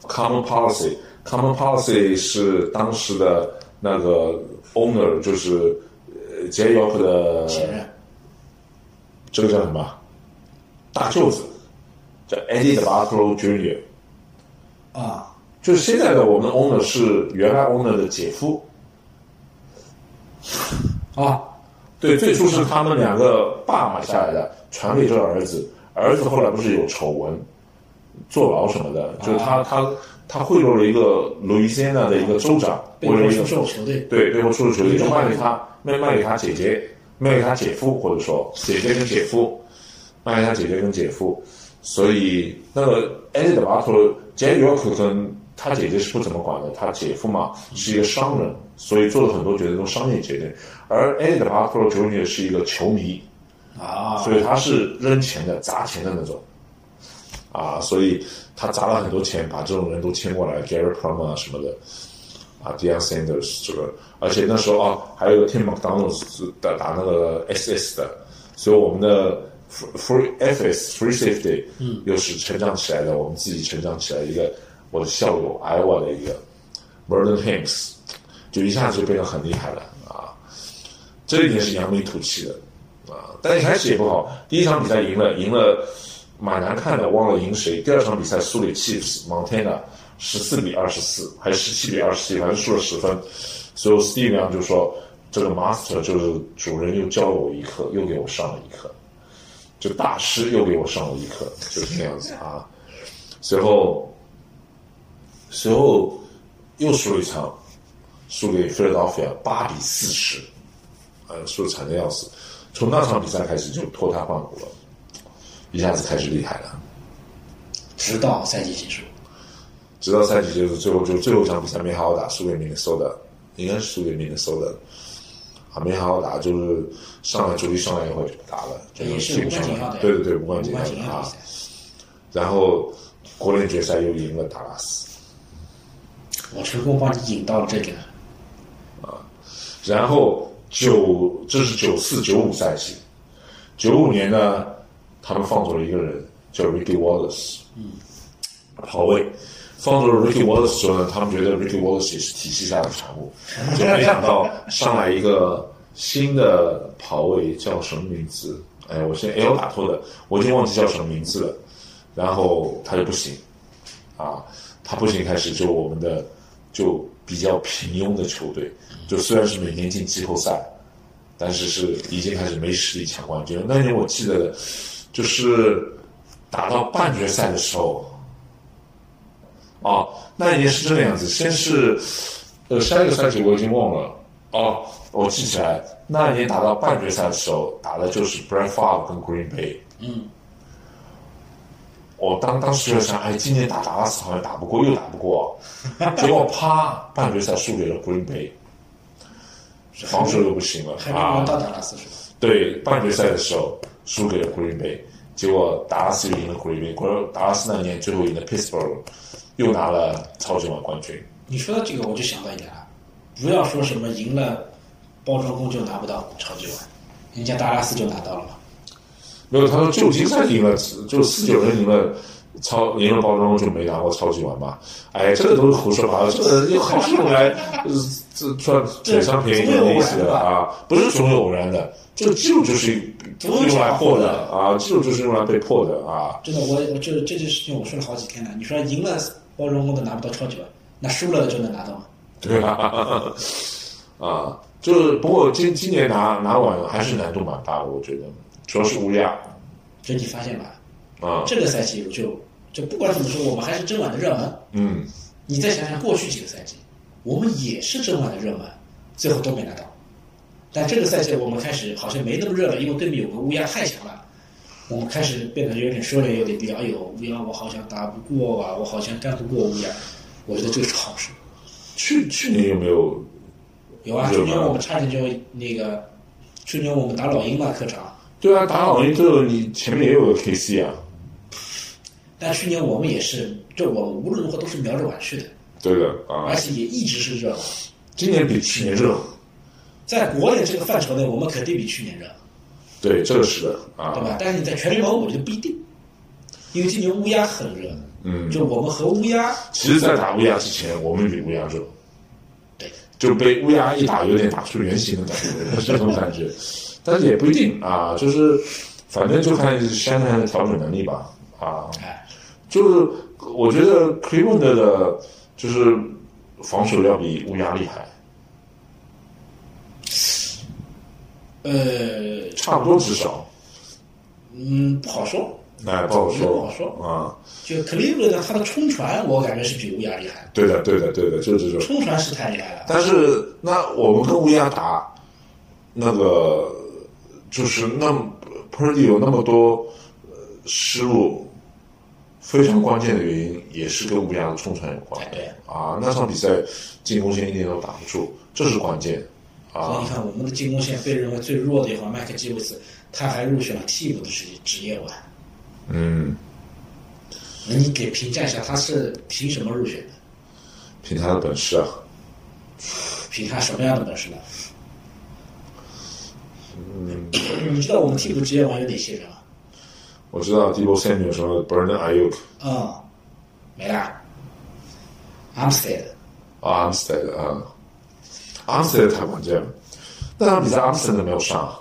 Common Policy，Common Policy 是当时的那个 owner，就是呃杰约克的前任这个叫什么大舅子，叫 Eddie d e b a c l o Jr.，啊，就是现在的我们 owner 是原来 owner 的姐夫。啊，对，最初是他们两个爸买下来的，传给这个儿子。儿子后来不是有丑闻，坐牢什么的，就是他他他贿赂了一个路易斯安那的一个州长，被为了魔一个术兽球队对，最后出了球队就卖给他，卖卖给他姐姐，卖给他姐夫，或者说姐姐跟姐夫，卖给他姐姐跟姐夫。所以那个 Eddie 的巴托杰约克跟他姐姐是不怎么管的，他姐夫嘛是一个商人，所以做了很多决定都是商业决定。而 Eddie 的巴托 Junior 是一个球迷，啊，所以他是扔钱的、砸钱的那种。啊，所以他砸了很多钱，把这种人都签过来，Gary Plummer 啊什么的，啊，Dion Sanders 这个，而且那时候啊，还有个 Tim McDonald 是打打那个 SS 的，所以我们的 Free Free FS Free Safety 嗯，又是成长起来的，我们自己成长起来一个我的校友 Iowa 的一个 Vernon Hames，就一下子就变得很厉害了啊，这一年是扬眉吐气的。啊，但一开始也不好。第一场比赛赢了，赢了蛮难看的，忘了赢谁。第二场比赛输给 Chiefs Montana 十四比二十四，还是十七比二十七，反正输了十分。所以 Steve Young 就说：“这个 Master 就是主人又教了我一课，又给我上了一课，就大师又给我上了一课，就是这样子啊。”随后，随后又输了一场，输给 Philadelphia 八比四十。呃，输的惨的要死。从那场比赛开始就脱胎换骨了，一下子开始厉害了。直到赛季结束，直到赛季结束，最后就最后一场比赛没好好打，输给明尼苏达，应该是输给明尼苏达，啊，没好好打，就是上来主力上来以后就不打了，这个也是基本无关上紧要的，对对对，无无关紧要关的紧要的啊比。赛。然后国联决赛又赢了达拉斯，我成功帮你引到了这里了，然后九这是九四九五赛季，九五年呢，他们放走了一个人叫 Ricky Wallace，嗯，跑位。放走了 Ricky Wallace 之后呢，他们觉得 Ricky Wallace 也是体系下的产物，就没想到上来一个新的跑位叫什么名字？哎，我现在 L 打错的，我已经忘记叫什么名字了。然后他就不行，啊，他不行，开始就我们的就比较平庸的球队，就虽然是每年进季后赛，但是是已经开始没实力抢冠军了。那年我记得，就是打到半决赛的时候，哦，那一年是这个样子，先是呃下一个赛季我已经忘了，哦，我记起来，那一年打到半决赛的时候，打的就是 b r a d f a r 跟 Green Bay。我当当时就想，哎，今年打达拉斯好像打不过，又打不过， 结果啪，半决赛输给了 Green Bay，防守又不行了还没啊玩到达拉斯是吧？对，半决赛的时候输给了 Green Bay，结果达拉斯又赢了 g r e e n b a 达拉斯那年最后赢了 Pittsburgh，又拿了超级碗冠军。你说到这个，我就想到一点了，不要说什么赢了包装工就拿不到超级碗，人家达拉斯就拿到了嘛。没有，他说旧金山赢了，就四九人赢了超赢了包装就没拿过超级碗吧？哎，这个都是胡说八道，这个又好是用来呃这赚嘴上便宜的东西的啊，不是纯偶然的，这旧就是用来破的啊，旧就是用来被破的啊。真的，我我这这件事情我说了好几天了。你说赢了包装工的拿不到超级碗，那输了就能拿到吗？对啊， 啊，就是不过今今年拿拿碗还是难度蛮大的，我觉得主要是乌鸦所以你发现吧，啊，这个赛季我就就不管怎么说，我们还是争碗的热门。嗯，你再想想过去几个赛季，我们也是争碗的热门，最后都没拿到。但这个赛季我们开始好像没那么热了，因为对面有个乌鸦太强了，我们开始变得有点说了有点低调。哎呦，乌鸦我好像打不过啊，我好像干不过乌鸦。我觉得这个是好事。去去年有没有有啊，去热门年我们差点就那个，去年我们打老鹰嘛客场，对啊，打老鹰最后你前面也有个 KC 啊，但去年我们也是，就我们无论如何都是瞄着碗去的，对的啊而，且也一直是热门。今年比去年热，在国内这个范畴内，我们肯定比去年热，对，这个是的对啊，吧？但是你在全联盟，我就不一定，因为今年乌鸦很热，嗯，就我们和乌鸦，其实，在打乌鸦之前，我们比乌鸦热，对，就被乌鸦一打，有点打出原形的感觉，这种感 觉，但是也不一定啊，就是反正就看香港的调整能力吧，啊，哎，就是我觉得 Cleveland 的，就是防守要比乌鸦厉害，呃，差不多至少，嗯，不好说。哎，不好说，不好说啊，就克利夫兰他的冲传，我感觉是比乌鸦厉害，对的，对的，对的，就是这种。冲传是太厉害了。但是那我们跟乌鸦打，那个就是那 Purdy 有那么多呃失误，非常关键的原因也是跟乌鸦的冲传有关对啊。那场比赛进攻线一点都打不住，这是关键所以啊你。看，我们的进攻线被认为最弱的一环，麦克基维斯，他还入选了替补的职职业碗。嗯，那你给评价一下，他是凭什么入选的？凭他的本事啊，凭他什么样的本事呢？嗯，你知道我们替补职业碗有哪些人吗？我知道 d e b o Samuel 什么 Brandon Ayuk 嗯，没啦。阿姆斯特丹，啊 a m s t e d 啊 a m s t e d 太关键了。那场比赛 a m s t e d 没有上。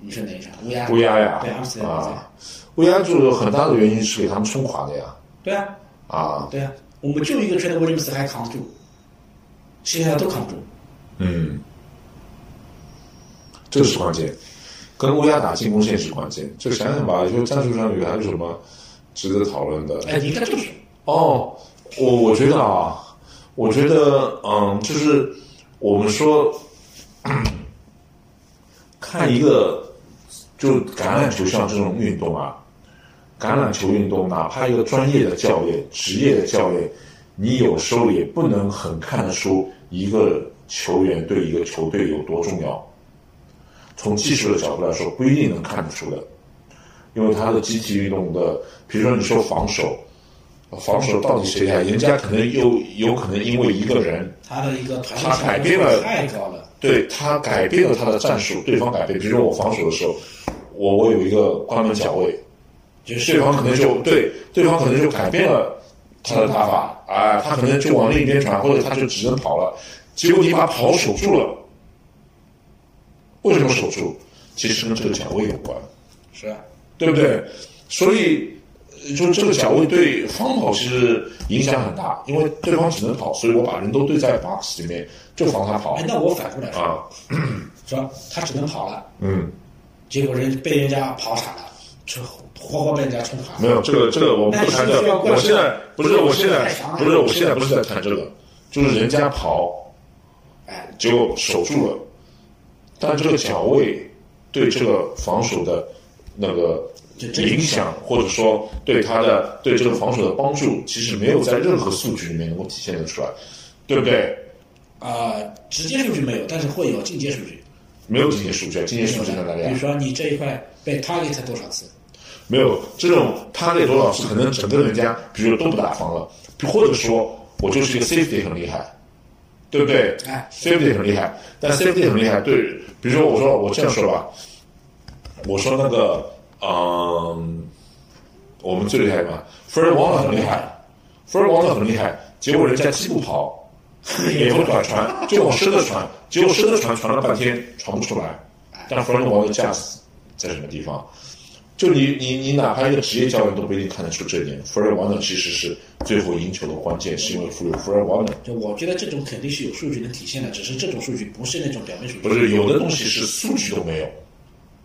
你说哪一场？乌鸦？乌鸦呀对，阿姆斯特丹比赛啊，乌鸦就是很大的原因是给他们冲垮的呀，对啊，啊，对啊，我们就一个 t r e n d w i l l i a m s 还扛住，剩下的都扛不住。嗯，这个是关键，跟乌鸦打进攻线是关键，这个想想吧，就战术上有还有什么值得讨论的？哎，你应该这么说。哦，我我觉得啊，我觉得嗯，就是我们说看一个就橄榄球像这种运动啊，橄榄球运动，哪怕一个专业的教练、职业的教练，你有时候也不能很看得出一个球员对一个球队有多重要。从技术的角度来说，不一定能看得出的，因为他的集体运动的，比如说你说防守，防守到底谁厉害？人家可能有有可能因为一个人，他的一个团他改队变性了太高了。对他改变了他的战术，对方改变。比如说我防守的时候，我我有一个关门脚位，就是对方可能就对对方可能就改变了他的打法啊，他可能就往另一边传，或者他就只能跑了。结果你把跑守住了，为什么守住？其实跟这个脚位有关。是啊，对不对？所以呃就这个脚位对方跑其实影响很大，因为对方只能跑，所以我把人都堆在 box 里面，就防他跑哎，那我反过来说，啊。说他只能跑了，嗯，结果人被人家跑傻了，就活活被人家冲垮没了。有这个这个我们不谈这那你是需要个，我现在不是我现在不是我现在不是在谈这个，就是人家跑哎，结果守住了，但这个脚位对这个防守的那个影响，或者说对他的对这个防守的帮助，其实没有在任何数据里面能够体现得出来，对不对？啊、直接数据没有，但是会有进阶数据。没有这些数据，这些数据在哪里比啊如？说你这一块被 target 多少次，没有这种他那种老师可能整个人家，比如说都不打防了，或者说我就是一个 safety 很厉害，对不对哎？safety 很厉害，但 safety 很厉害，对，比如说我说我这样说吧，我说那个嗯、我们最厉害嘛，分儿王老很厉害，分儿王老很厉害，结果人家既不跑。 也不短传，就往深的传，结果深的传传了半天传不出来，但弗兰王的架子在什么地方？就你你你哪怕一个职业教练都不一定看得出这一点。弗尔瓦纳其实是最后赢球的关键，是因为弗尔弗尔瓦纳就我觉得这种肯定是有数据能体现的，只是这种数据不是那种表面数据。不是有的东西是数据都没有，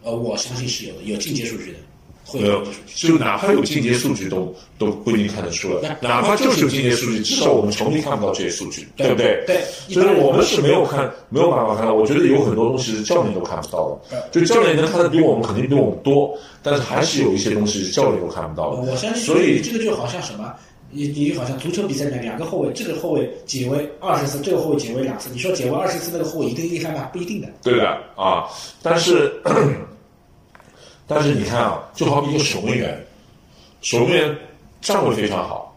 呃，我相信是有的，有进阶数据的，会没有有进阶数据。就哪怕有进阶数据都都不一定看得出来，哪怕就是有进阶数据，至少我们球迷看不到这些数据，对不对？对所以我们是没有看没有办法看到，我觉得有很多东西是教练都看不到的，就教练能看的比我们肯定比我们多，但是还是有一些东西是教练都看不到呃我的，相信，所以这个就好像什么，你你好像足球比赛里面两个后卫，这个后卫解围二十次，这个后卫解围两次，你说解围二十次那个后卫一定厉害吗？不一定的。对的啊，但是但是你看啊，就好比一个守门员，守门员站位非常好，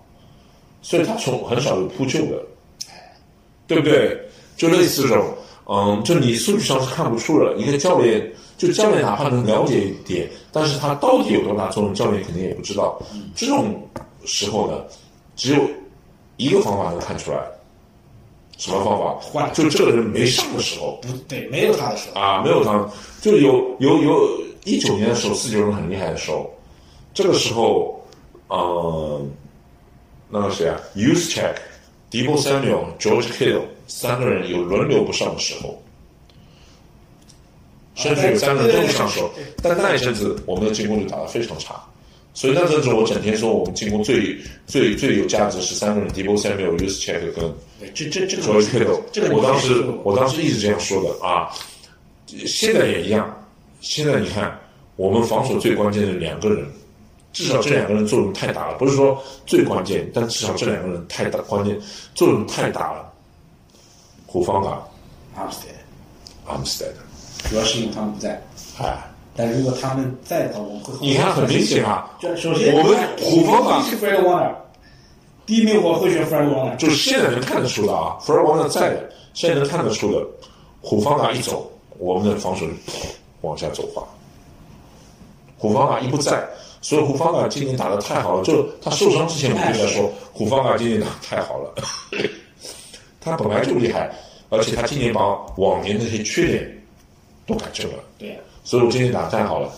所以他从很少有扑救的，对不对？就类似这种，嗯，就你数据上是看不出了，一个教练。就教练哪怕能了解一点，但是他到底有多大作用，教练肯定也不知道。这种时候呢，只有一个方法能看出来，什么方换法？就这个人没上的时候，不对，没有他的时候，啊，没有他，就有有有一九年的时候，四九人很厉害的时候，这个时候，呃，那个谁啊 u s c h e c k d e b o Samuel、George Kittle 三个人有轮流不上的时候，甚至有三个人都不上手，但那一阵子我们的进攻就打得非常差。所以那阵子我整天说我们进攻最最最有价值的是三个人 d e b o Samuel、u s c h e c k 跟对，这这这个所以这个这个我当时你我当时一直这样说的啊，现在也一样。现在你看，我们防守最关键的两个人，至少这两个人作用太大了，不是说最关键，但至少这两个人太大关键作用太大了。胡方啊，阿姆斯特阿姆斯特丹，丹主要是因为他们不在，哎，但如果他们在的话，我们会你看很明显啊，就首先我们虎方第啊一，是 Fred Warner，第一名我会选 Fred Warner，就是现在能看得出的啊，弗尔王的在的，现在能看得出的，虎方啊一走，我们的防守就往下走滑。虎方啊一不在，所以虎方啊今年打得太好了，就他受伤之前我就在说，虎方啊今年打得太好了， 他本来就厉害，而且他今年把往年的那些缺点都改正了。对呀，所以我今天打得太好了。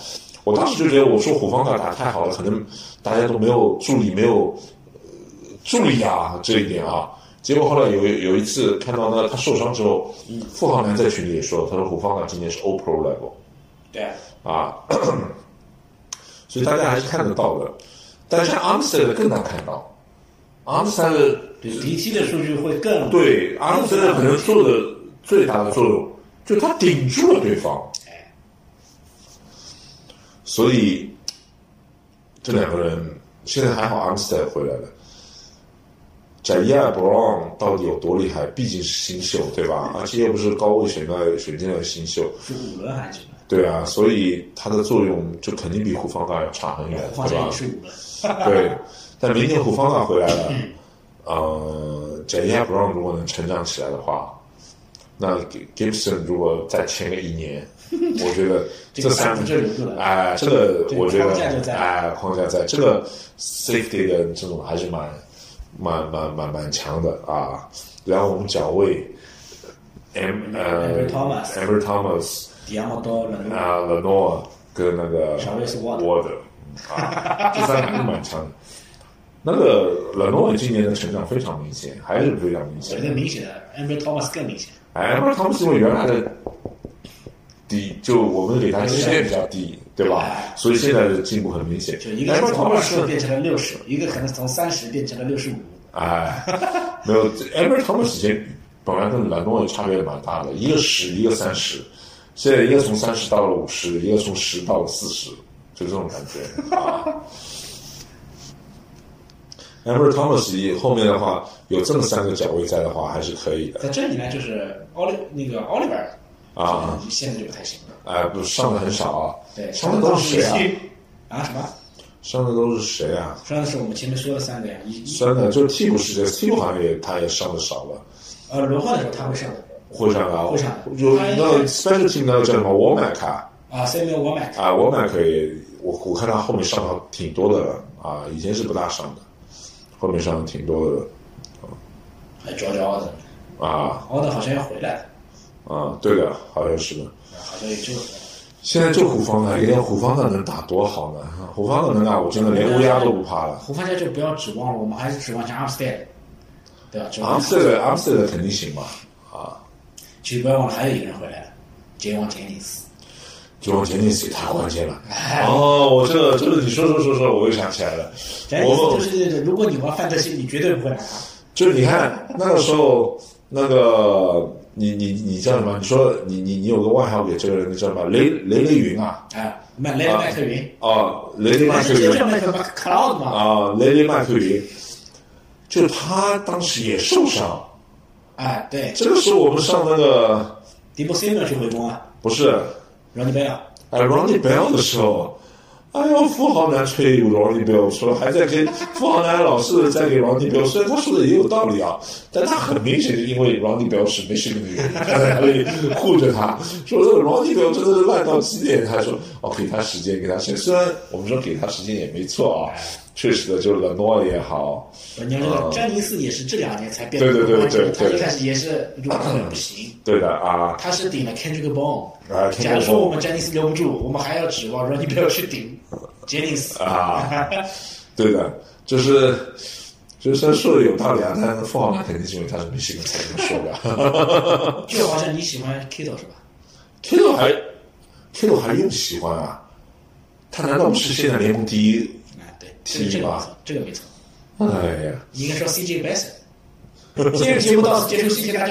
我当时就觉得，我说虎方卡打得太好了，可能大家都没有助理，没有、呃助理啊这一点啊。结果后来有有一次看到呢，他受伤之后，傅航南在群里也说，他说虎方卡今年是 O Pro level 对呀，啊，所以大家还是看得到的。但是阿姆斯特丹更难看到，阿姆斯特丹对离梯的数据会更对阿姆斯特丹可能做的最大的作用，就是他顶住了对方。哎所以这两个人现在还好，阿姆斯特回来了。贾伊尔·布朗到底有多厉害？毕竟是新秀，对吧？而且又不是高位选到选进来的新秀，是五轮还是什么？对啊，所以它的作用就肯定比胡方大要差很远，放对在吧也？是五轮， 对，但明年胡方大回来了，呃，贾伊尔·布朗如果能成长起来的话，那 Gibson 如果再签个一年，我觉得 这这个三三就留住了。哎，这个对我觉框架就得，在哎，框架在，这个 safety 的这种还是蛮、蛮、蛮、蛮、蛮强的啊。然后我们脚位，M 呃 Amber Thomas Amber Thomas 迪亚莫多、伦诺，啊，Lenoa 跟那个 Charles Ward Ward 啊，这三个还是蛮强的。那个 Lenoa 今年的成长非常明显，还是非常明我显觉。得明显的 Amber Thomas 更明显。哎，不是他们是因为原来的低，就我们给他期待比较低，对吧？所以现在的进步很明显。就一个哎，是不是他从们二是十变成了六十，一个可能从三十变成了六十五。哎，没有，哎，不是他们之间本来跟蓝诺差别也蛮大的，一个十，一个三十，现在一个从三十到了五十，一个从十到了四十，就这种感觉啊。Amber Thomas 后面的话有这么三个角位在的话，还是可以的。在这里呢，就是奥利那个奥利尔啊，现在就不太行了。哎，不上的很少啊，对，上的都是谁啊？啊？什么？伤的都是谁啊？上次我们前面说了三个呀，一一伤的就是啊替补时间，替补好像也他也伤的少了，呃轮换的时候他会上会上啊会上，有他应该那 special team 那个叫什么 w a r m a c 啊，啊 s a m u 我买啊 w a r m a c 也我我看他后面上的挺多的了啊，以前是不大上的，后面上的挺多的了还招招的，啊奥德好像要回来了，啊，对的，好像是的。啊好像也就回来了现在就胡方的，一连胡方的能打多好呢？胡方的能打，我真的连乌鸦都不怕了。胡发家就不要指望了，我们还是指望像 Upstead，对吧？指阿望姆斯特阿姆斯特肯定行吧？啊，其实不要忘了还有一个人回来了，杰王杰尼斯。就用杰尼斯太关键了。哦，我哎这个这个你说说说说，我又想起来了。杰尼斯我就是，如果你玩范特西，你绝对不会拿他。就是你看那个时候，那个你你你叫什么？你说你你你有个外号给这个人叫什么？雷雷雷云啊？啊，麦雷麦克云，哦，雷雷曼麦克克云云叫麦克麦克 Cloud 嘛？啊，雷雷曼克云，就他当时也受伤。啊，对，这个时候我们上那个迪布西诺去回攻啊，不是罗尼贝尔。哎 Ronnie Bell 的时候，哎呦，富豪男吹 Ronnie Bell 说还在给富豪男老是在给 Ronnie Bell，虽然他说的也有道理啊，但他很明显是因为 Ronnie Bell 是没什么的原因， 他才会护着他。说这个 Ronnie Bell 真的是烂到极点，他说哦，给他时间，给他时间。虽然我们说给他时间也没错啊，确实的，就是冷诺也好，你看这个詹尼斯也是这两年才变得对对对关注对他对一开始也是如果不行，对的啊，他是顶了 Kendrick Bone。啊，Kendrick 假如说 Bourne 我们詹尼斯留不住，我们还要指望罗尼贝尔去顶杰尼斯。啊， 对的，就是就是虽然说的有道理啊，但是富豪男肯定是因为他是明星才这么说的。就好像你喜欢 Kittle 是吧？ Kittle 还哎 Kittle 还用喜欢啊？他难道不是现在联盟第一？啊，对，这个这个没错，这个没错。哎呀，你应该说 CJ Benson。今日节目到此结束，谢谢大家。